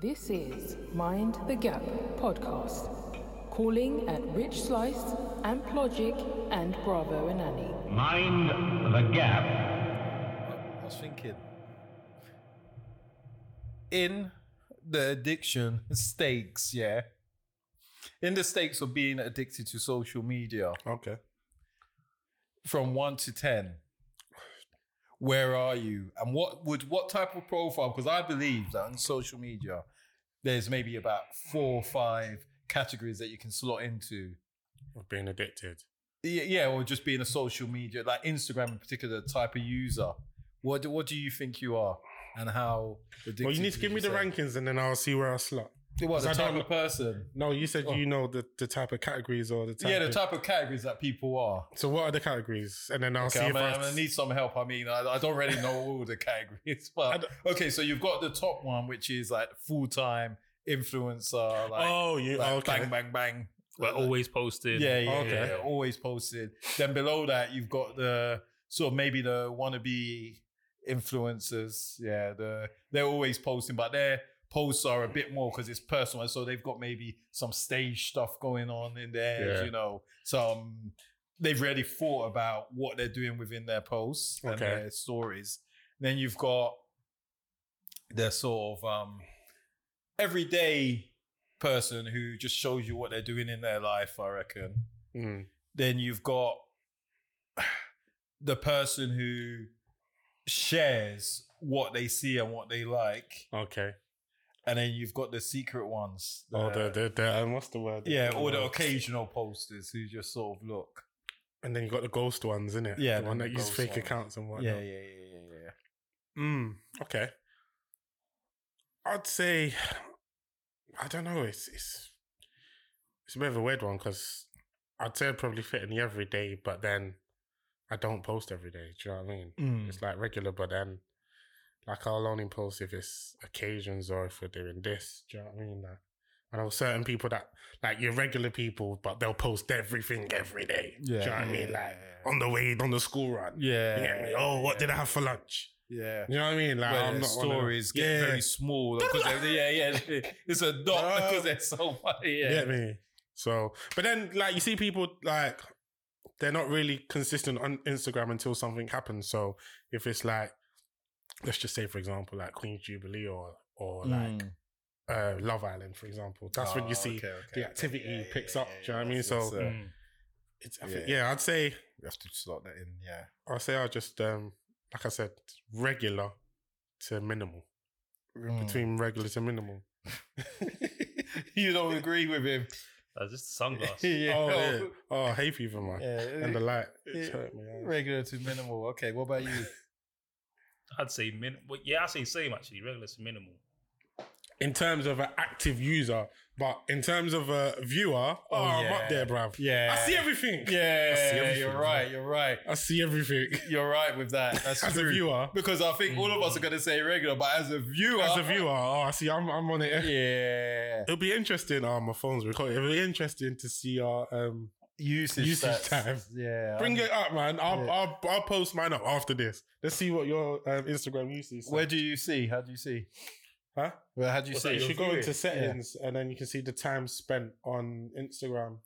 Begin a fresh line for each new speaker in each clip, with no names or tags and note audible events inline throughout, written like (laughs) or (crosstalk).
This is Mind the Gap podcast, calling at Rich Slice, Amp Logic, and Bravo and Annie.
Mind the gap.
I was thinking. In the addiction (laughs) stakes, yeah. In the stakes of being addicted to social media
Okay.
from one to ten, where are you? And what would what type of profile? Because I believe that on social media, there's maybe about four or five categories that you can slot into.
Of being addicted.
Yeah, yeah, or just being a social media, like Instagram in particular, type of user. What do, what do you think you are, and how? Addicted
well, you need to give
would
me the
say?
rankings and then I'll see where I slot.
It was the
'Cause I
type
don't-
of person.
No, you said
Oh.
you know the, the type of categories or the type.
yeah, the
of-
type of categories that people are.
So what are the categories? And then I'll
Okay,
see
I'm,
if I.
gonna, I'm gonna need some help. I mean, I, I don't really
(laughs)
know all the categories,
I
but
don't-
okay. So you've got the top one, which is like full time influencer, like,
oh, you
like
okay?
bang, bang, bang.
Like always posted.
Yeah, yeah,
Okay.
yeah, yeah, Always posted. Then below that, you've got the sort of maybe the wannabe influencers. Yeah, the they're always posting, but their posts are a bit more because it's personal. So they've got maybe some stage stuff going on in there.
Yeah.
You know, some they've really thought about what they're doing within their posts and
Okay.
their stories. Then you've got the sort of um, everyday person who just shows you what they're doing in their life. I reckon
Mm.
then you've got (sighs) the person who shares what they see and what they like,
Mm, Okay.
and then you've got the secret ones.
oh,
the-
the the, the um, what's the word?
yeah, or the occasional posters who just sort of look.
And then you got the ghost ones, in it.
Yeah,
the
then
one
the
that use
ghost
fake
one.
accounts and whatnot.
yeah, yeah, yeah, yeah, yeah.
Mm, okay. I'd say, I don't know. It's it's it's a bit of a weird one because I'd say I'd probably fit in the everyday, but then I don't post every day. Do you know what I mean?
Mm.
It's like regular, but then like I'll only post if it's occasions or if we're doing this. Do you know what I mean? Like, I know certain people that like your regular people, but they'll post everything every day.
Yeah.
Do you know what I mean?
Yeah.
Like on the way on the school run.
Yeah.
You get me? Oh, what did I have for lunch?
Yeah.
You know what I mean? Like
Where
I'm
their
not one of them.
stories get
yeah,
very
(laughs)
small because they're- yeah, yeah, (laughs) it's a dot
No.
because they're so funny.
you
Yeah,
get me. So, but then like you see people like they're not really consistent on Instagram until something happens. So if it's like, let's just say for example like Queen's Jubilee or or like
Mm.
uh, Love Island for example, that's when
Ah,
you see
okay, okay,
the
okay.
activity
Yeah, yeah,
picks
yeah,
up.
yeah,
do you know what I mean?
that's-
So hmm.
that's,
Hmm.
uh,
it's, I think,
yeah.
yeah, I'd say
you have to slot that in. Yeah.
I'd say I just um like I said regular to minimal
Hmm. Mm.
between regular to minimal.
(laughs) you
(laughs)
don't agree with him.
That's just sunglasses.
(laughs) yeah.
Oh, yeah. oh, hay fever man. And the light, it's
Yeah.
hurt me. yeah.
regular to minimal. Okay, what about you?
I'd say min. Well, yeah, I'd say same actually. Regular to minimal.
in terms of an active user, but in terms of a viewer, oh, I'm
yeah.
up there, bruv.
Yeah.
I see everything.
Yeah,
everything,
you're right. You're right.
I see everything
You're right with that. (laughs) That's
as
true.
a viewer.
Because I think all of us are going to say regular, but Mm. as a viewer,
As a viewer, oh, I see. I'm, I'm on it.
yeah,
It'll be interesting. Oh, my phone's recording. It'll be interesting to see our. Um,
usage,
Usage
stats.
time.
Yeah, I
bring
mean,
it up, man. I'll,
Yeah.
I'll, I'll post mine up after this. Let's see what your um, Instagram usage. is.
Where do you see? How do you see?
Huh?
Well, how do you
What's
see?
that?
You
your
should go
viewing?
into settings and then you can see the time spent on Instagram,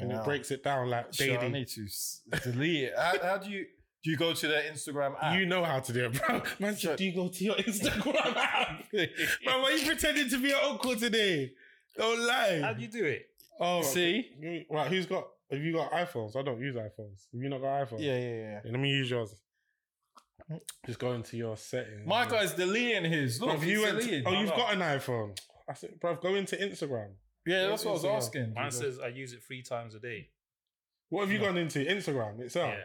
and it breaks it down like
Sure, I
daily.
need to s- delete it. How, how do you do? You go to the Instagram app? (laughs)
You know how to do it, bro. (laughs) Man,
Sure.
do you go to
(laughs)
your Instagram app? Man, why are you pretending to be your uncle today? Don't
How
lie.
do you do it?
oh,
see?
you- right, who's got? Have you got iPhones? I don't use iPhones. Have you not got iPhones?
Yeah, yeah, yeah.
Yeah, let me use yours. Just go into your settings.
My guy's deleting his. Look,
Bruv, you
he's
went to-
deleting.
oh, you've got an iPhone. I said, bro, go into Instagram.
Yeah, that's what I was
Instagram.
asking.
Mine says I use it three times a day.
What have you gone into? Instagram itself.
Yeah.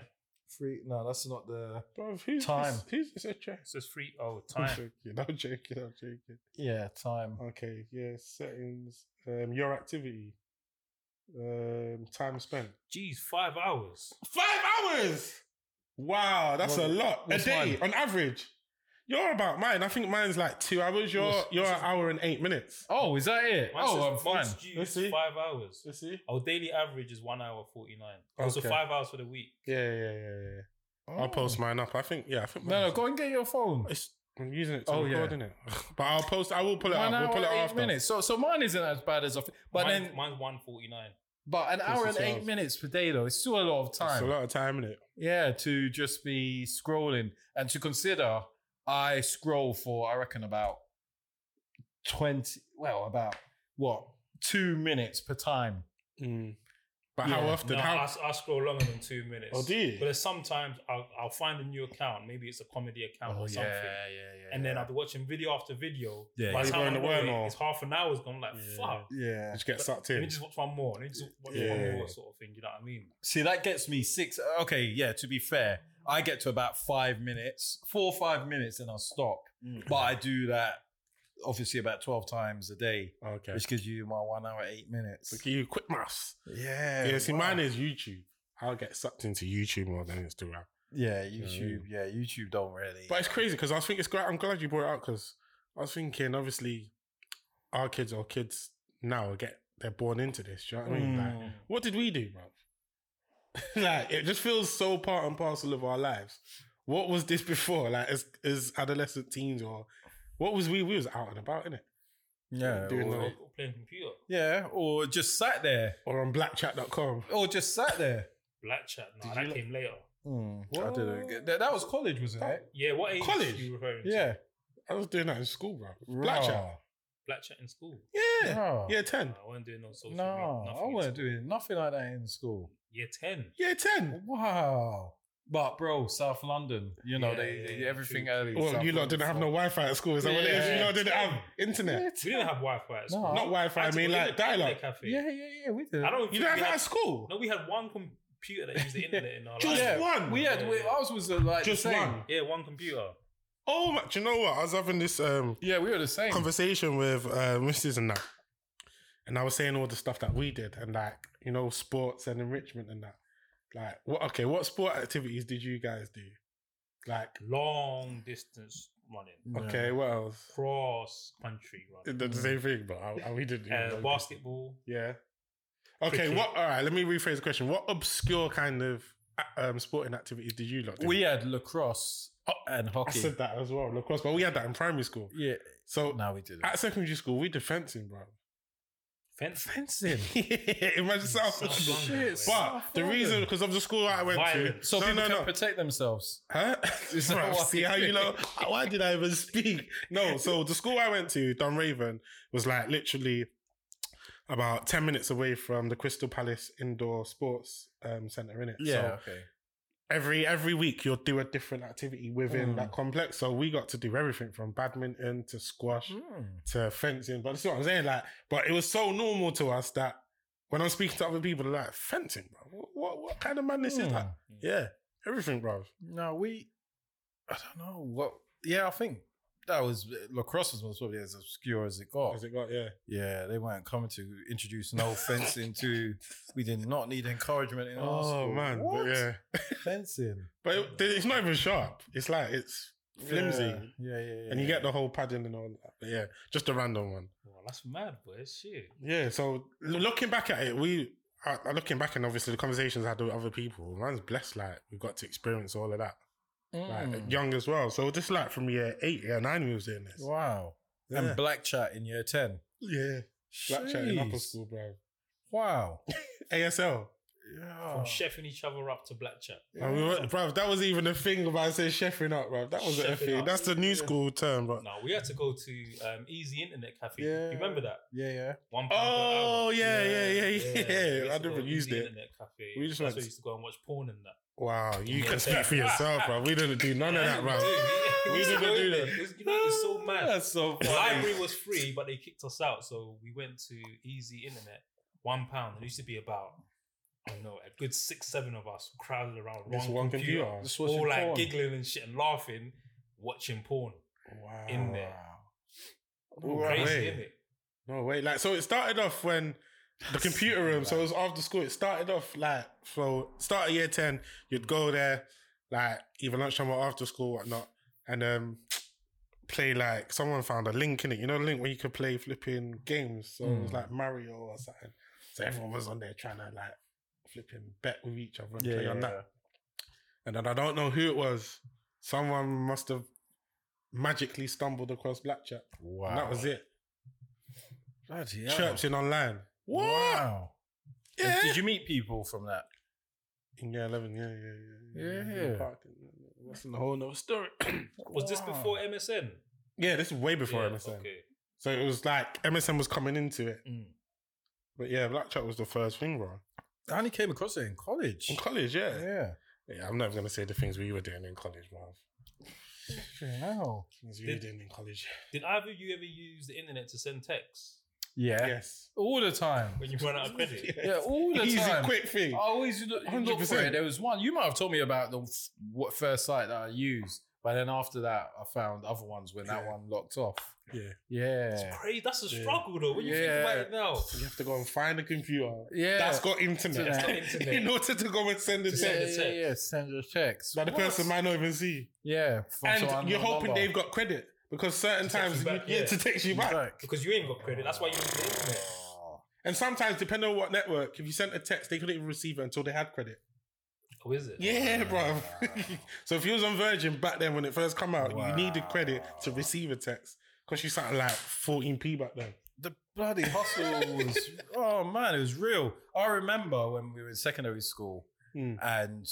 Free. No, that's not the.
Bro, who's
Time.
This, who's this address?
It says three. Oh,
(laughs) I'm
time.
joking. I'm joking. I'm joking.
Yeah, time.
Okay, yeah, settings, um, your activity, um, time spent.
Geez, five hours.
Five hours! Wow, that's
What-
a lot. A
what's
day
mine?
on average. You're about mine. I think mine's like two hours. You're
What's-
you're an hour and eight minutes.
Oh, is that it?
Mine
oh, I'm
says
fine.
most due
Let's
is
see.
Five hours.
You see?
Our daily average is one hour forty nine. So
Okay.
five hours for the week.
Yeah, yeah, yeah, yeah.
Oh.
I'll post mine up. I think yeah, I think
No, no,
mine's-
go and get your phone.
it's I'm using it to
Oh, yeah.
record, innit? (laughs) But I'll post. I will pull it
One
up. We'll
hour,
pull it
eight
after.
minutes. So, so mine isn't as bad as a. f- But
Mine-
then,
mine's one forty nine.
but an hour
is
and eight
ours.
minutes per day though, it's still a lot of
It's
time.
a lot of time in it.
Yeah, to just be scrolling and to consider, I scroll for I reckon about twenty. Well, about what two minutes per time.
Mm. But how
Yeah.
often?
No,
how
I, I scroll longer than two minutes.
Oh, do you?
But there's sometimes I'll, I'll find a new account. Maybe it's a comedy account
Oh,
or something.
yeah.
And then I'll be watching video after video.
Yeah,
By the
you go
time
in
I
the
know it,
wormhole.
it's half an hour's gone. Like
Yeah.
fuck.
yeah.
(laughs) Just get sucked
Let me
in.
just watch one more. Let me just watch
Yeah.
one more sort of thing. You know what I mean?
See, that gets me six. Okay, yeah. To be fair, I get to about five minutes, four or five minutes, and I'll stop. But I do that obviously about twelve times a day,
Okay.
which gives you my one hour eight minutes.
Look at you, quick mouse.
Yeah.
Yeah, see,
Oh, wow.
mine is YouTube. I'll get sucked into YouTube more than Instagram.
Yeah,
I
YouTube.
mean-
Yeah, YouTube don't really.
But it's crazy because I was thinking, it's great. I'm glad you brought it up because I was thinking, obviously, our kids or kids now get, they're born into this. Do you know what I mean? Like,
Mm.
what did we do, bro? (laughs) like, it just feels so part and parcel of our lives. What was this (laughs) before? Like, as, as adolescent teens or what was we? We was out and about, innit?
yeah,
doing
or-
the-
Or
Right.
playing computer,
yeah, or just sat there,
Or on blackchat.com.
or just sat there.
black chat. No,
Did
that
you-
came later.
Hmm, I didn't. get- That, that was college, was it? Right?
Yeah, what age
College?
are you referring to?
Yeah,
I was doing that in school, bro. Blackchat.
Black chat in school.
Yeah.
Yeah.
Yeah,
No,
10.
I wasn't doing no social media.
No,
nothing
I
in
wasn't
school.
doing nothing like that in school.
Year 10.
Yeah, 10.
Wow. But bro, South London, you know
Yeah,
they, they
yeah,
everything
true,
early.
Well,
South
you lot
London,
didn't have
(laughs)
no
so-
Wi Fi at school. Is that what it is?
Yeah.
You lot didn't have internet.
We didn't have Wi Fi at school.
No.
Not Wi Fi, I
Actually,
mean
we
like
didn't have
dialogue.
internet cafe.
Yeah, yeah, yeah. We did.
I don't
You
think
don't
we
have it
had-
at school.
No, we had one computer that
(laughs)
used the internet in our
Just
life.
yeah,
one.
We had. We, ours was uh, like the
Just
same.
one.
Yeah, one computer.
Oh, my, do you know what? I was having this um,
Yeah, we were the same.
conversation with uh, Mrs. and that. And I was saying all the stuff that we did and like, you know, sports and enrichment and that. Like, what, okay, what sport activities did you guys do? Like,
Long distance running,
okay, what else?
cross country running,
The the same thing, but I, I- we did do
uh,
loads.
basketball.
Yeah. Okay.
Cricket.
What? All right. Let me rephrase the question. What obscure kind of uh, um, sporting activities did you lot do?
We had lacrosse and
I
hockey.
said that as well, lacrosse, but we had that in primary school.
Yeah.
So
No, we didn't.
at secondary school, we did fencing, bro. (laughs)
Fence.
Fencing.
Imagine South.
South London,
Shit,
London.
man.
(laughs) But
South
the
London.
reason, because of the school I went
Violent.
to,
so
no,
people
no,
can
no.
protect themselves.
(laughs) Huh?
Is that
Bruv,
why?
see how you know? (laughs) Why did I even speak? No, so the school I went to, Dunraven, was like literally about 10 minutes away from the Crystal Palace Indoor Sports um, Centre, innit? So
okay.
every every week you'll do a different activity within
Mm.
that complex. So we got to do everything from badminton to squash
hmm.
to fencing. But that's what I'm saying. Like, but it was so normal to us that when I'm speaking to other people, they're like fencing, bro. What what, what kind of madness
Hmm.
is that? Yeah, everything, bro.
No, we. I don't know what. Yeah, I think that was lacrosse was probably as obscure as it got.
Has it got? Yeah.
Yeah, they weren't coming to introduce no fencing to. We did not need encouragement in our
Oh
school.
man,
what
But yeah.
fencing?
But it, it's not even sharp. It's like it's flimsy,
Yeah, yeah, yeah. yeah.
and you get the whole padding and all that. But yeah, just a random one.
Well, Oh, that's mad, boy. Shit.
Yeah. So l- looking back at it, we I, I looking back and obviously the conversations I had with other people. Man's blessed. Like we got to experience all of that, like
Mm.
young as well. So just like from year eight, year nine, we was doing this.
Wow.
Yeah.
And black chat in year ten.
Yeah, black chat in upper
Jeez.
school, bro. (laughs)
Wow.
ASL.
Yeah.
Oh.
From cheffing each other up to black chat.
And we were, bro, that was even a thing about saying chefing up, bro. That was a
Chefing
thing.
up.
That's the new school term, bro.
No, we had to go to um, Easy Internet Cafe.
Yeah.
You remember that?
Yeah, yeah.
One pound
Oh
per hour.
yeah,
Yeah,
yeah, yeah,
we
yeah.
used to go
I
to
never used
Easy
it.
Internet Cafe.
We
That's
just went
where
to-
we used to go and watch porn and that.
Wow, you
Yeah.
can speak for yourself, bro. We didn't do none of that, bro. (laughs) We didn't do that.
It's, you know, it's so mad.
That's so
The
funny.
library was free, but they kicked us out. So we went to Easy Internet, one pound. It used to be about, I don't know, a good six, seven of us crowded around
This
one,
one
computer.
computer.
Just watching
All like
porn.
giggling and shit and laughing, watching porn.
Wow.
(laughs) in there.
No
Crazy,
way.
isn't it?
No way. Like, so it started off when
(laughs)
the computer room. So it was after school. It started off like so. Start of year ten, you'd go there, like either lunchtime or after school, whatnot, and um, play like someone found a link in it. You know, the link where you could play flipping games. So it was
Mm.
like Mario or something. So everyone was on there trying to like flipping bet with each other and
Yeah,
play on
yeah,
that. And then I don't know who it was. Someone must have magically stumbled across Blackjack.
Wow.
And that was it.
Bloody hell.
Chirping online.
Wow.
Yeah.
Did you meet people from that?
In year 11, yeah, yeah, yeah.
Yeah.
Parked in- That's in the whole nother story. (laughs)
Was this before MSN?
yeah, this is way before
Yeah,
MSN.
Okay.
So it was like MSN was coming into it.
Mm.
But yeah, Blackjack was the first thing, bro.
I only came across it in college.
In college, yeah. Yeah,
Yeah.
I'm not even going to say the things we were doing in college, bro.
Wow.
Things we were
Did-
doing in college.
Did either of you ever use the internet to send texts
Yeah.
Yes.
All the
(laughs)
time.
when you run out of credit?
(laughs) Yeah, all the
Easy,
time. Oh.
quick thing.
I always look, you look for
100%.
it. There was one you might have told me about the f- what first site that I used, but then after that, I found other ones when that
Yeah.
one locked off.
Yeah.
Yeah,
It's crazy. That's a
Yeah.
struggle though. When you think
Yeah.
about it now,
You have to go and find a computer
yeah.
that's got internet,
That's
got internet.
(laughs) in order to go and send a
To
yeah,
send
text
a
yeah,
text.
yeah, Send the checks.
that the person might not even see.
Yeah, from someone
and you're
on
hoping
number.
they've got credit because certain
To text
times,
you back,
you, yeah, (laughs)
yeah.
to text you back.
because you ain't got credit, that's why you use the internet.
And sometimes, depending on what network, if you sent a text, they couldn't even receive it until they had credit.
Oh, is it?
(laughs) Yeah, bro. so if you was on Virgin back then when it first come out, you needed credit to
Wow.
receive a text. Because you sounded like 14p back then.
The bloody hustle was (laughs) oh man, it was real. I remember when we were in secondary school
Mm.
and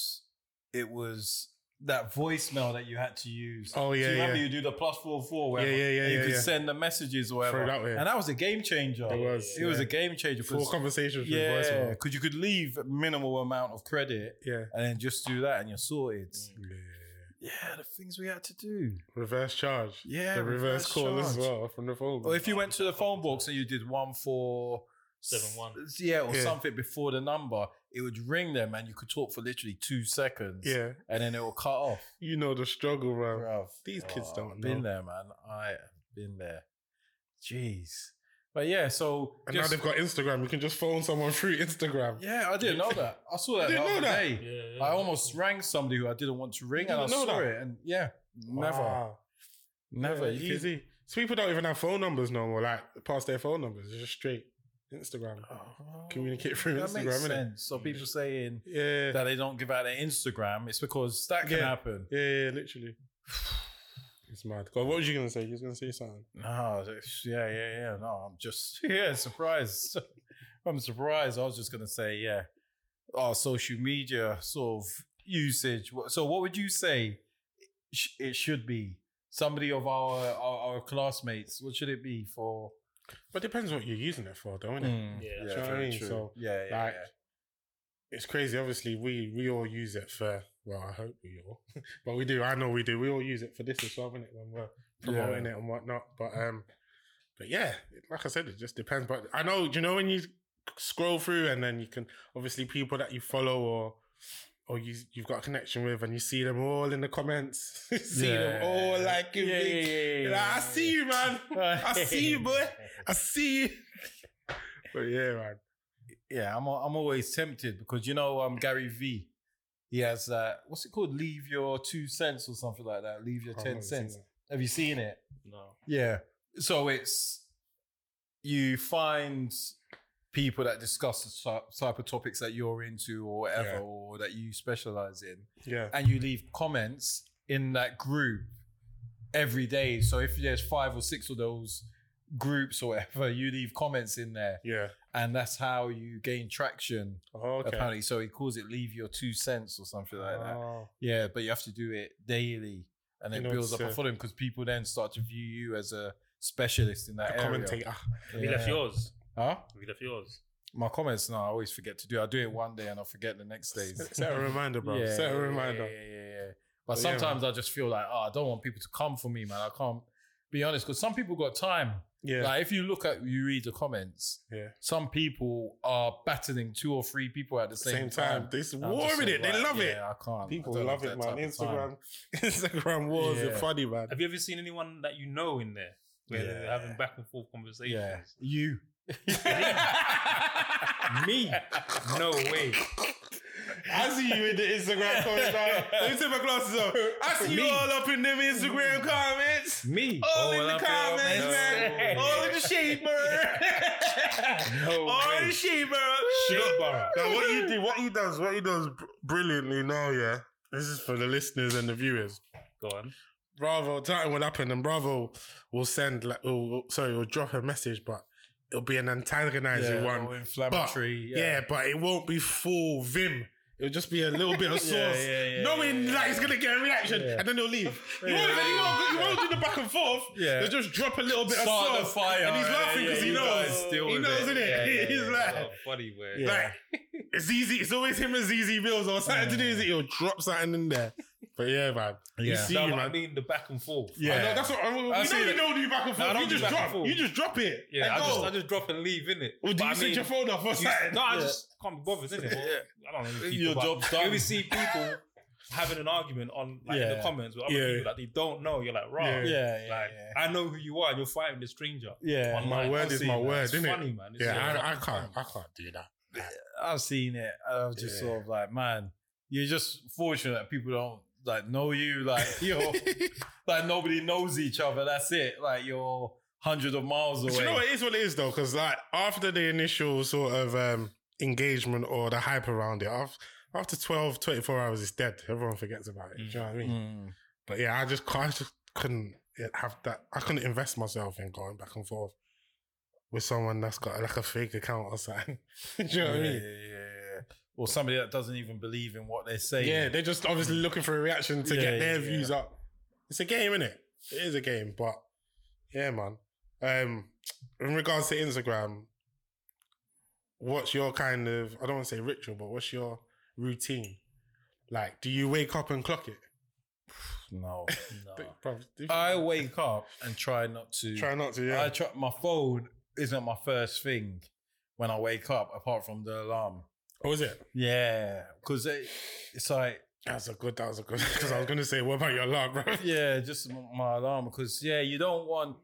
it was that voicemail that you had to use.
Oh, yeah,
so you remember
yeah.
you do the plus four four, whatever,
Yeah, yeah, yeah,
and you
yeah,
could
yeah.
send the messages or whatever,
Throw it out, yeah.
and that was a game changer.
It was,
It was
yeah.
a game changer.
Full
'cause-
conversations with voice
yeah,
voicemail.
because you could leave a minimal amount of credit
Yeah.
and then just do that, and you're sorted.
yeah.
Yeah, the things we had to do.
Reverse charge.
Yeah,
The reverse,
reverse
call as
charge.
well from the phone.
Or if you went to the phone box and you did one for
Seven one.
s- yeah, or
Yeah.
something before the number, it would ring them and you could talk for literally two seconds.
yeah.
And then it will cut off.
You know the struggle, bro.
Bruv.
These kids
Oh,
don't
I've been
know.
there, man. I have been there. Jeez. But yeah, so
And
just-
now they've got Instagram. You can just phone someone through Instagram.
Yeah, I didn't know that. I saw that the
didn't
other
know that?
day.
Yeah, yeah.
I almost rang somebody who I didn't want to ring
You
and I
didn't know
saw
that?
it. And yeah, never.
Wow.
Never.
Yeah,
You could-
easy. So people don't even have phone numbers no more, like past their phone numbers. It's just straight Instagram. Communicate through
Oh, that
Instagram,
makes
innit? Mm.
sense. So people saying
Yeah.
that they don't give out their Instagram, it's because that can
Yeah.
happen.
Yeah, yeah, yeah, literally. (sighs) it's mad. God, what was you gonna say? You was gonna say something.
No, it's- yeah, yeah, yeah. No, I'm just (laughs) yeah, surprised. (laughs) I'm surprised. I was just gonna say, yeah, our social media sort of usage. Wha- So, what would you say sh- it should be? Somebody of our, our our classmates. What should it be for? Hmm.
But it depends what you're using it for, don't it?
Yeah,
yeah,
that's
what I
true,
mean.
true.
So,
yeah, yeah,
like, It's crazy. Obviously, we we all use it for. Well, I hope we all, (laughs) but we do. I know we do. We all use it for this as well, innit? When we're promoting it and whatnot. But um, but yeah, it- like I said, it just depends. But I know, do you know when you scroll through and then you can obviously people that you follow or or you you've got a connection with and you see them all in the comments, (laughs) see them all like
yeah,
in
yeah,
big-
yeah, yeah,
You're like, I see you, man. (laughs) I see you, boy. I see you. (laughs) But yeah, man.
yeah, I'm I'm always tempted because you know um Gary V, he has that what's it called? Leave your two cents or something like that. Leave your
Oh, I've
ten
never seen
cents.
that.
Have you seen it?
No.
Yeah. So it's you find people that discuss the ty- type of topics that you're into or whatever
Yeah.
or that you specialize in
Yeah.
and you leave comments in that group every day. So if there's five or six of those groups or whatever, you leave comments in there
Yeah.
and that's how you gain traction
Oh, okay.
apparently. So he calls it leave your two cents or something like that.
Oh,
Yeah, but you have to do it daily, and
In
it
order
builds up
to-
a following because people then start to view you as a specialist in that
a
area.
commentator.
Have you left
Yeah.
yours?
Huh?
Have you left yours?
My comments? No, I always forget to do. I do it one day and I forget the next
(laughs)
day.
Set a reminder, bro. Set a reminder.
Yeah, yeah, yeah. But
But yeah,
sometimes I just feel like, oh, I don't want people to come for me, man. I can't be honest because some people got time.
Yeah.
Like if you look at, you read the comments.
yeah.
Some people are battling two or three people at the same,
Same time. They're
And I'm just
warming it.
like,
They love it.
Yeah, I can't.
People
I don't
love
have
it,
that
man.
type of time.
Instagram, Instagram (laughs) wars are
Yeah.
funny,
(laughs)
man.
Have you ever seen anyone that you know in there? Where they're
Yeah.
having back and forth conversations.
Yeah, you. (laughs)
Me? (laughs) No way.
I see you in the Instagram comments. man. Let me take my glasses off. I see you
Me.
all up in them Instagram comments.
Me?
All
Oh,
in the
up in all
comments,
my-
man.
No.
All in the shade, bro.
(laughs)
No
Oh,
way.
the shit, bro. (laughs)
Shit, bro.
Now, what he did, what he does, what he does br- brilliantly now, yeah. This is for the listeners and the viewers.
Go on.
Bravo, something will happen, and Bravo will send like, will, will- sorry, will drop a message, but it'll be an antagonizing
Yeah,
one.
or
But,
inflammatory.
yeah. but it won't be full vim. It'll just be a little bit of
(laughs)
sauce,
Yeah, yeah, yeah,
knowing
yeah,
that he's gonna get a reaction, and then
(laughs)
he'll leave. You,
Yeah.
won't, you, won't, you won't do the back and forth.
Yeah.
they'll just drop a little bit
Start
of
the
sauce,
fire,
and he's
yeah,
laughing
yeah,
because
you
he
guys
knows.
deal
he
with
knows,
it.
innit?
Yeah, yeah,
(laughs) he's
yeah.
like,
Oh, funny word.
like, it's easy. It's always him as easy meals or something to do is he'll drop something in there. But yeah, man. You
Mm. Yeah.
see,
No, but I
man.
mean the back and forth.
Yeah.
I know, that's what I, we
I
know
see
you
that.
know do back and
No, I
forth.
don't
you
do
just
back and
drop.
forth.
You just drop it.
Yeah, I
Let
just,
go.
I just drop and leave, innit?
Or do
But
you
I
set your
mean,
phone off or (laughs)
you-
something?
No, I
Yeah.
just can't be bothered, innit? Well, I don't know.
Your
job.
job's done.
You see people having an argument on like in
Yeah.
the comments with other
Yeah.
people that they don't know. You're like, right,
Yeah.
Yeah, yeah,
like
yeah.
I know who you are, and you're fighting the stranger.
Yeah,
Online.
my word
I've
is
seen
my
that.
word,
It's
innit?
funny, man. It's
yeah,
like-
I, I can't. I can't do that.
I've seen it. and I was just
Yeah.
sort of like, man, you're just fortunate that people don't like know you. Like (laughs) you're like nobody knows each other. That's it. Like you're hundreds of miles away.
But (laughs) you know what it is what it is though, because like after the initial sort of um, engagement or the hype around it, after, after 12, 24 hours, it's dead. Everyone forgets about it. Do you know what I mean?
Mm.
But yeah, I just can't, I just couldn't have that. I couldn't invest myself in going back and forth with someone that's got like a fake account or something. (laughs) Do you know
yeah,
what I
yeah,
mean?
yeah. Or somebody that doesn't even believe in what they're saying.
Yeah, they're just obviously looking for a reaction to
Mm. Yeah,
get
yeah,
their
yeah.
views up. It's a game, isn't it? It is a game, but yeah, man. Um, in regards to Instagram, what's your kind of I don't want to say ritual, but what's your routine? Like, do you wake up and clock it?
No, no.
(laughs) Bruv, if-
Uh, I wake up and try not to.
try not to. Yeah,
I try, my phone isn't my first thing when I wake up, apart from the alarm.
what was it?
Yeah, because it, it's like
That's a good. That was a good. (laughs) Because I was gonna say, what about your alarm, bro? (laughs)
yeah, just m- my alarm because yeah, you don't want.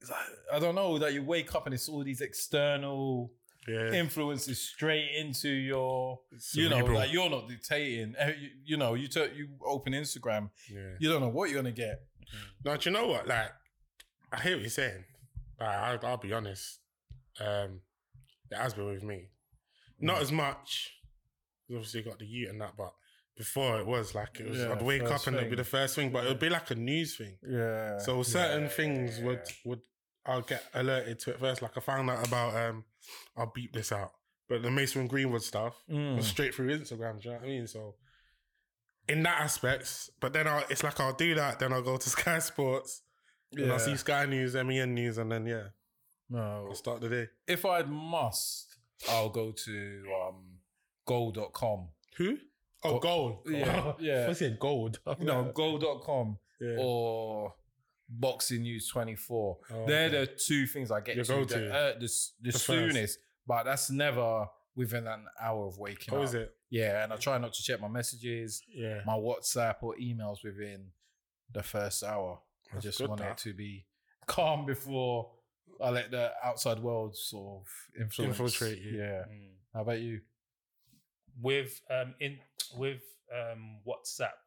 it's like- I don't know that you wake up and it's all these external
Yeah,
influences straight into your, you know,
Cerebral.
like you're not dictating. Eh, You, you know, you tur- you open Instagram,
yeah.
you don't know what you're gonna get.
Now, do you know what? Like, I hear what you're saying. Like, I, I'll be honest. Um, it has been with me. Not as much. 'cause Obviously, got the youth and that, but before it was like it was.
Yeah,
I'd wake up
first
and it'd be
thing.
the first thing, but it'd be like a news thing.
Yeah.
So certain things would would I'll get alerted to it first. Like I found out about um, I'll beep this out. But the Mason Greenwood stuff,
Mm.
was straight through Instagram. Do you know what I mean? So in that aspects, but then I'll, it's like I'll do that. Then I'll go to (laughs) Sky Sports. And
Yeah.
I'll see Sky News, MEN News, and then yeah,
no.
I'll start the day.
If I must, I'll go to um, goal.com.
Who? Oh,
Go-
gold.
Yeah, (laughs) yeah.
(laughs) What's it? Gold.
No, goal.com
Yeah.
or Boxing News 24.
Oh,
They're
okay.
the two things I get
Your
to
go-to.
the, uh, the, s- the,
The first.
soonest, but that's never within an hour of waking
How
up.
Oh, is it?
Yeah, and I try not to check my messages,
Yeah.
my WhatsApp or emails within the first hour. I
That's
just
good,
want
that.
it to be calm before I let the outside world sort of influence.
Infiltrate you.
Yeah.
Mm.
How about you?
with um in with um WhatsApp,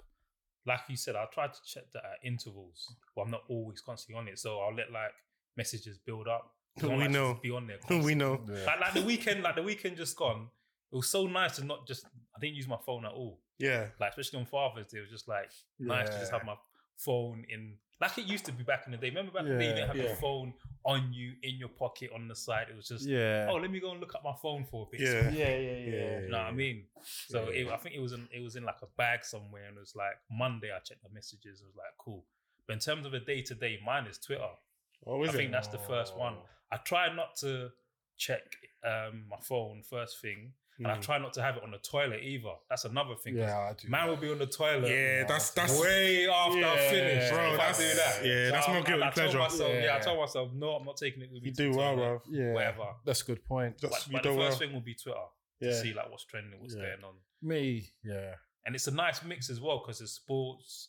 like you said, I try to check that at intervals. Well, I'm not always constantly on it, so I'll let like messages build
(laughs)
up. I don't
We
like to
know.
be on there.
(laughs) (laughs) we
constantly.
know.
Yeah.
Like, like the weekend, like the weekend just gone. It was so nice to not just. I didn't use my phone at all.
Yeah.
Like especially on Father's Day, it was just like nice to just
Yeah.
have my phone in. Like it used to be back in the day. Remember back in the day, you
Yeah.
didn't have your
Yeah.
phone on you in your pocket on the side. It was just,
Yeah.
oh, let me go and look at my phone for a bit.
Yeah.
yeah, yeah,
Yeah.
(laughs) You know what I mean? So
Yeah.
it, I think it was in it was in like a bag somewhere, and it was like Monday. I checked the messages. It was like cool. But in terms of a day to day, mine is Twitter.
Oh, is
I
it?
think that's the first one. I try not to check um, my phone first thing, and I
Mm.
try not to have it on the toilet either. That's another thing. 'cause
Yeah, I do.
Man will be on the toilet.
Yeah, that's that's
Way after I
Yeah,
finish,
bro,
bro. If I
that's-
do that,
yeah, that's
I-
my
I-
guilty
I told
pleasure.
myself- yeah. I
Yeah.
told myself, no, I'm not taking it with me.
you
to
do
the
well,
toilet,
bro.
yeah.
Whatever.
That's a good point.
That's
But,
you
but the
do well.
first thing will be Twitter to
Yeah.
see like what's trending, what's
Yeah.
going on.
Me, yeah.
and it's a nice mix as well because it's sports,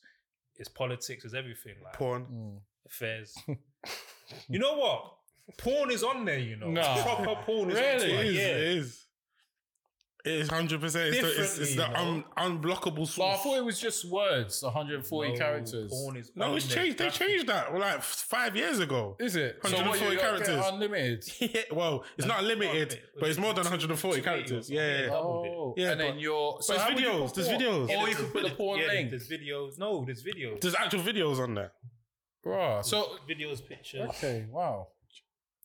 it's politics, it's everything like
Porn.
Mm.
(laughs)
affairs. you know what? Porn is on there, you know.
Nah.
Proper porn is on
Really?
Twitter,
It is.
yeah.
It is. It is hundred percent. It's, the- it's, it's the
Differently,
un, unblockable
But I
source.
thought it was just words, 140
No,
characters.
porn is
no,
on
it's
there.
changed. They
That's-
changed that like f- five
(laughs)
years ago. (laughs)
Is it?
140
you got- get
characters.
Unlimited.
well, it's not limited,
it
but it's more than 140
It's really
characters.
awesome.
Yeah,
(laughs)
yeah, yeah.
Doubled it.
Oh,
Yeah,
and then
but-
you're. So
but it's
how would you
videos,
put
there's
porn?
videos.
Or you could put the porn
yeah,
link.
There's videos. No, there's videos.
There's actual videos on there.
Bruh, So,
videos, pictures.
okay, (laughs) wow.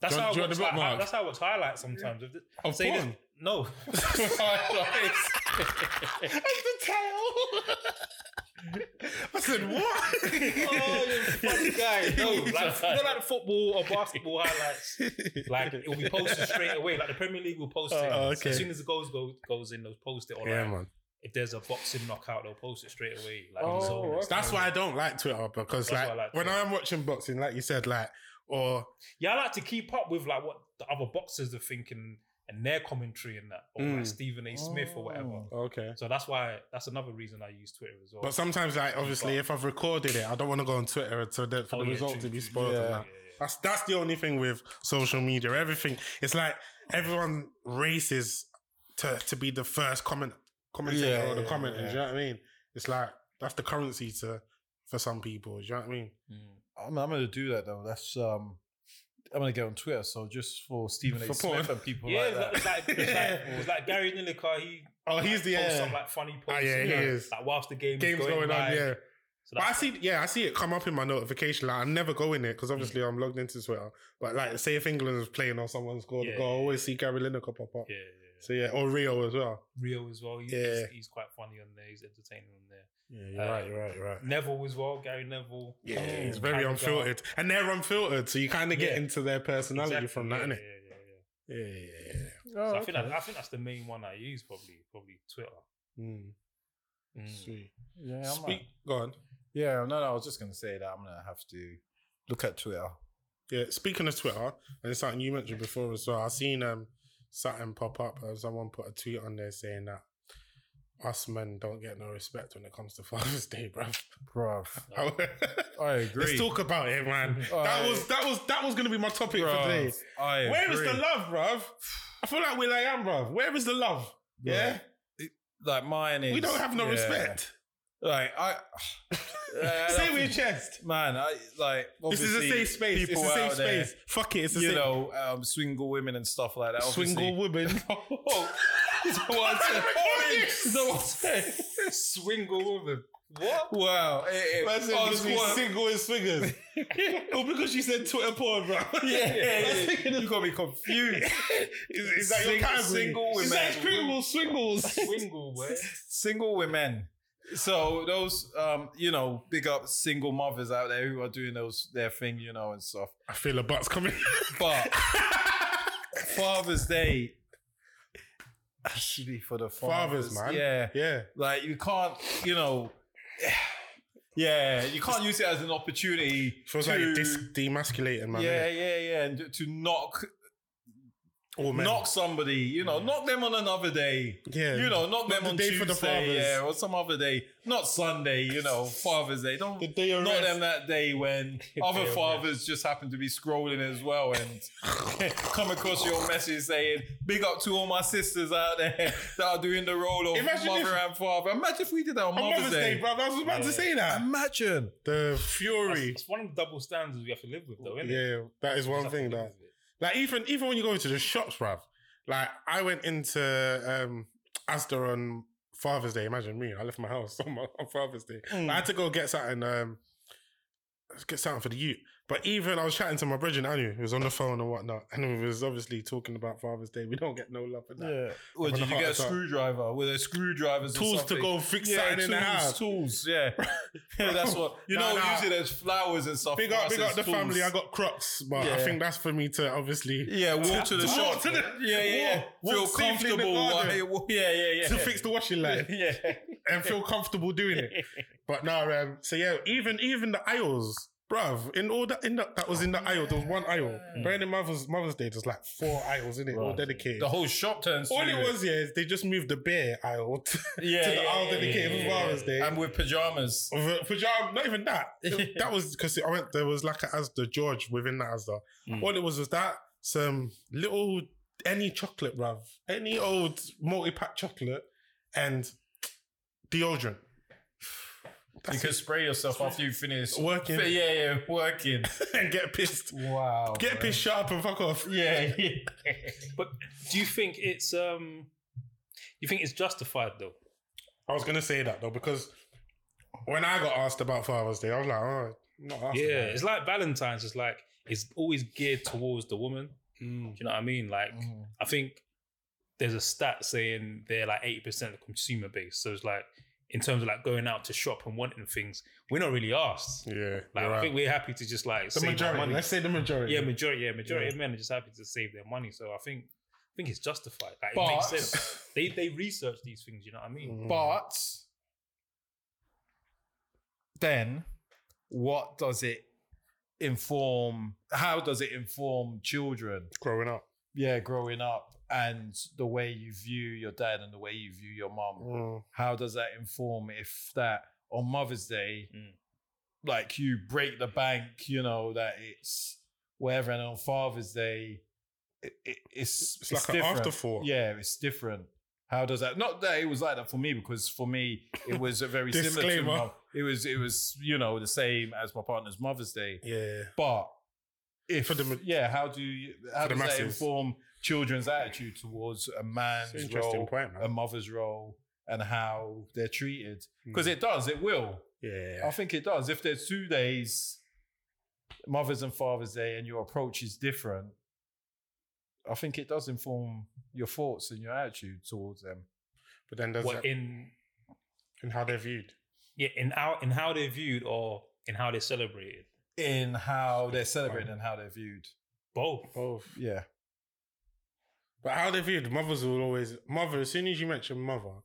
That's
Do you
how
want-
I
do you want
watch,
the
like,
bookmark?
I- that's how I watch highlights sometimes. If th-
Of
say this-
porn?
(laughs) no,
(laughs) I said, what? (laughs)
Oh, funny guy. (laughs)
(laughs)
No, like, you know, like football or basketball (laughs) highlights. Like it will be posted straight away. Like the Premier League will post it.
Oh, okay.
As soon as the goals go, goes in, they'll post it. Or
yeah,
like,
man.
if there's a boxing knockout, they'll post it straight away. Like
Oh,
so
okay.
That's why I don't like Twitter because,
That's why
like,
I like
when
Twitter.
I'm watching boxing, like you said, like, or
yeah, I like to keep up with like what the other boxers are thinking and their commentary and that, or like
Mm. Oh.
Stephen A. Smith or whatever.
okay.
So that's why that's another reason I use Twitter as well.
But sometimes, like, obviously, if I've recorded it, I don't want to go on Twitter until the, for
Oh,
the
yeah,
result
true,
to be
true.
spoiled. and
Yeah.
that. That's that's the only thing with social media. Everything it's like everyone races to to be the first comment commentator
Yeah,
or the
yeah,
commenter.
yeah.
Do you know what I mean? It's like that's the currency to for some people. Do you know what I mean?
I'm, I'm gonna do that though. That's um, I'm gonna get on Twitter. So just for Stephen A.
For porn.
Smith and people
yeah,
like
it's
that.
like, it's like, it's like,
(laughs)
it's like Gary Lineker. He
Oh, he's the
posts
yeah.
some like funny posts.
Ah, yeah,
and,
he
like,
is.
Like whilst the game
game's
is
going, on.
live.
Yeah,
So
but I
that's-
see. Yeah, I see it come up in my notification. Like I never go in it because obviously
Mm.
I'm logged into Twitter. But like, say if England is playing or someone scored
Yeah,
a goal, I
yeah,
always see Gary Lineker pop up.
yeah, yeah, yeah.
So yeah, or Rio as well.
Rio as well. He's,
Yeah.
he's quite funny on there. He's entertaining on there.
Yeah, you're
Uh,
right. You're right. You're right.
Neville as well. Gary Neville.
Oh, Yeah, it's
Um,
very
Carragher.
unfiltered, and they're unfiltered, so you kind of get
Yeah.
into their personality
Exactly,
from that,
yeah, yeah,
innit?
yeah, yeah.
Yeah, yeah, yeah.
Oh,
So I think that, I think that's the main one I use probably probably Twitter.
Mm, sweet.
yeah, I'm
Speak. Go on.
yeah, no, no. I was just gonna say that I'm gonna have to look at Twitter.
Yeah, speaking of Twitter, and it's something you mentioned before as well. I seen um something pop up. Uh, someone put a tweet on there saying that us men don't get no respect when it comes to (laughs) Father's Day, bruv.
Bruv, I
(laughs) Let's
agree.
talk about it, (laughs) man. that
Alright.
was that was that was gonna be my topic for today.
I
Where is
agree.
the love, bruv? I feel like we're like am, bruv. Where is the love? Yeah,
Like mine is.
we don't have no
yeah.
respect.
Like
(laughs)
I. Yeah, I
Say
don't
with your
think-
chest.
Man, I like.
This is a
obviously
safe space. It's
people
a safe
out there,
space. Fuck it. It's a
you
safe.
know, um, swingle women and stuff like that. obviously. Oh,
Swingle Oh,
(laughs)
woman. (laughs)
Is that what I said?
Yes.
Is that what I said?
Swingle woman. What?
Wow. eh, eh,
That's it.
on
Just be
squad.
single and swingers. (laughs) oh, because you said Twitter porn, bro.
Yeah, (laughs) yeah,
That's-
yeah. You got me confused. (laughs)
Is, is that your
Single-
category?
single
is that
women.
critical swingles?
(laughs)
Swingle
(laughs)
where?
single women. So those, um, you know, big up single mothers out there who are doing those their thing, you know, and stuff.
I feel a butt's coming. (laughs)
But Father's Day should be for the fathers,
Fathers, man.
Yeah,
yeah.
like you can't, you know, (sighs) yeah, you can't use it as an opportunity.
Feels
to,
like you're dis- demasculating, man.
yeah,
Yeah.
yeah, yeah, and to knock
All men.
knock somebody, you know, knock them on another day.
Yeah.
You know, knock
Not
them
the
on
day
Tuesday,
for the fathers.
yeah, or some other day, not Sunday. You know,
(laughs)
Father's Day. Don't
The day of
knock
rest.
them that day
(laughs)
when other
of
fathers just happen to be scrolling as well and (laughs) come across your message saying, "Big up to all my sisters out there (laughs) that are doing the role of
Imagine
mother
if-
and father." Imagine if we did that on,
On
Mother's, Day.
bro. I was about to say that.
Imagine.
The fury.
It's one of the double standards we have to live with though, isn't it?
Yeah, that is one
Just have
thing
to live
that.
with it.
Like even even when you go into the shops, bruv. Like I went into um Asda on Father's Day. Imagine me. I left my house (laughs) on, my, on Father's Day. I had to go get something, um get something for the youth. But even I was chatting to my brethren, I knew who was on the phone and whatnot, and we was obviously talking about Father's Day. We don't get no love for that.
Or did
Having a
you get
heart
a
attack.
screwdriver? Were there screwdrivers? or
Tools to
something?
go fix something in the house.
Tools, (laughs) yeah. yeah that's what (laughs) you
Nah,
know.
nah.
Usually there's flowers and stuff.
Big
for
up,
us,
big up
it's
the
tools.
family. I got Crocs, but I
Yeah.
think that's for me to obviously
yeah, walk to the
Walk
shop.
to the-
yeah, yeah, yeah.
walk- walk
Feel
safely in the
comfortable.
garden.
while you walk- yeah, yeah, yeah.
to fix the washing line.
(laughs) yeah.
and feel comfortable doing it.
(laughs)
But no, um, so yeah, even even the aisles, bruv, in all that in the, that was in the aisle, there was one aisle.
Mm.
Brandon Mother's Mother's Day, there's like four aisles in it, all dedicated.
The whole shop turns.
all
to
it
you.
was, yeah, is they just moved the bear aisle (laughs) to,
Yeah,
to the
yeah,
aisle
yeah,
dedicated
yeah,
for
yeah,
Mother's Day.
and with pajamas.
With a pajama, not even that.
(laughs)
It- that was because I
Mm.
went. There was like a Asda George within that Asda. All it was was that some little any chocolate, bruv, any old multi pack chocolate and deodorant.
you
That's
can spray yourself after you finish
Working.
Yeah, yeah, working.
it. (laughs) and get pissed.
Oh,
Wow.
Get
man.
pissed, shut up and fuck off.
Yeah, yeah.
But do you think it's um, you think it's justified though?
I was gonna say that though because when I got asked about Father's Day, I was like, oh, not asked
yeah,
about it.
it's like Valentine's. It's like it's always geared towards the woman.
Mm.
Do you know what I mean? Like I think there's a stat saying they're like eighty percent of the consumer base. So it's like in terms of like going out to shop and wanting things, we're not really asked.
yeah.
Like
you're
I
right.
think we're happy to just like
the
save our
majority.
money.
Let's say the majority.
Yeah, majority. Yeah, majority
Yeah.
of men are just happy to save their money. So I think I think it's justified. Like, it
But-
makes sense. They they research these things. You know what I mean?
But then what does it inform? How does it inform children?
growing up.
Yeah, growing up and the way you view your dad and the way you view your mom.
Mm.
How does that inform if that on Mother's Day,
Mm.
like you break the bank, you know, that it's whatever, and on Father's Day, it, it, it's,
It's like an
different.
afterthought.
Yeah, it's different. How does that? Not that it was like that for me, because for me it was a very similar. To
Disclaimer.
my, it was it was you know the same as my partner's Mother's Day,
Yeah.
but if
For the-
yeah, how do you how
for the
does that
masses.
inform children's attitude towards a man's
It's an interesting
role,
point, man.
Um,
a mother's role, and how they're treated? Because
Mm.
it does, it will. I
yeah.
think it does. If there's two days, Mother's and Father's Day, and your approach is different, I think it does inform your thoughts and your attitude towards them.
But then there's
What
that,
in
and how they're viewed.
yeah in how in how they're viewed or in how they're celebrated.
In how they're celebrated and how they're viewed.
Both.
Both.
Yeah.
But how they're viewed, mothers will always mother, as soon as you mention mother,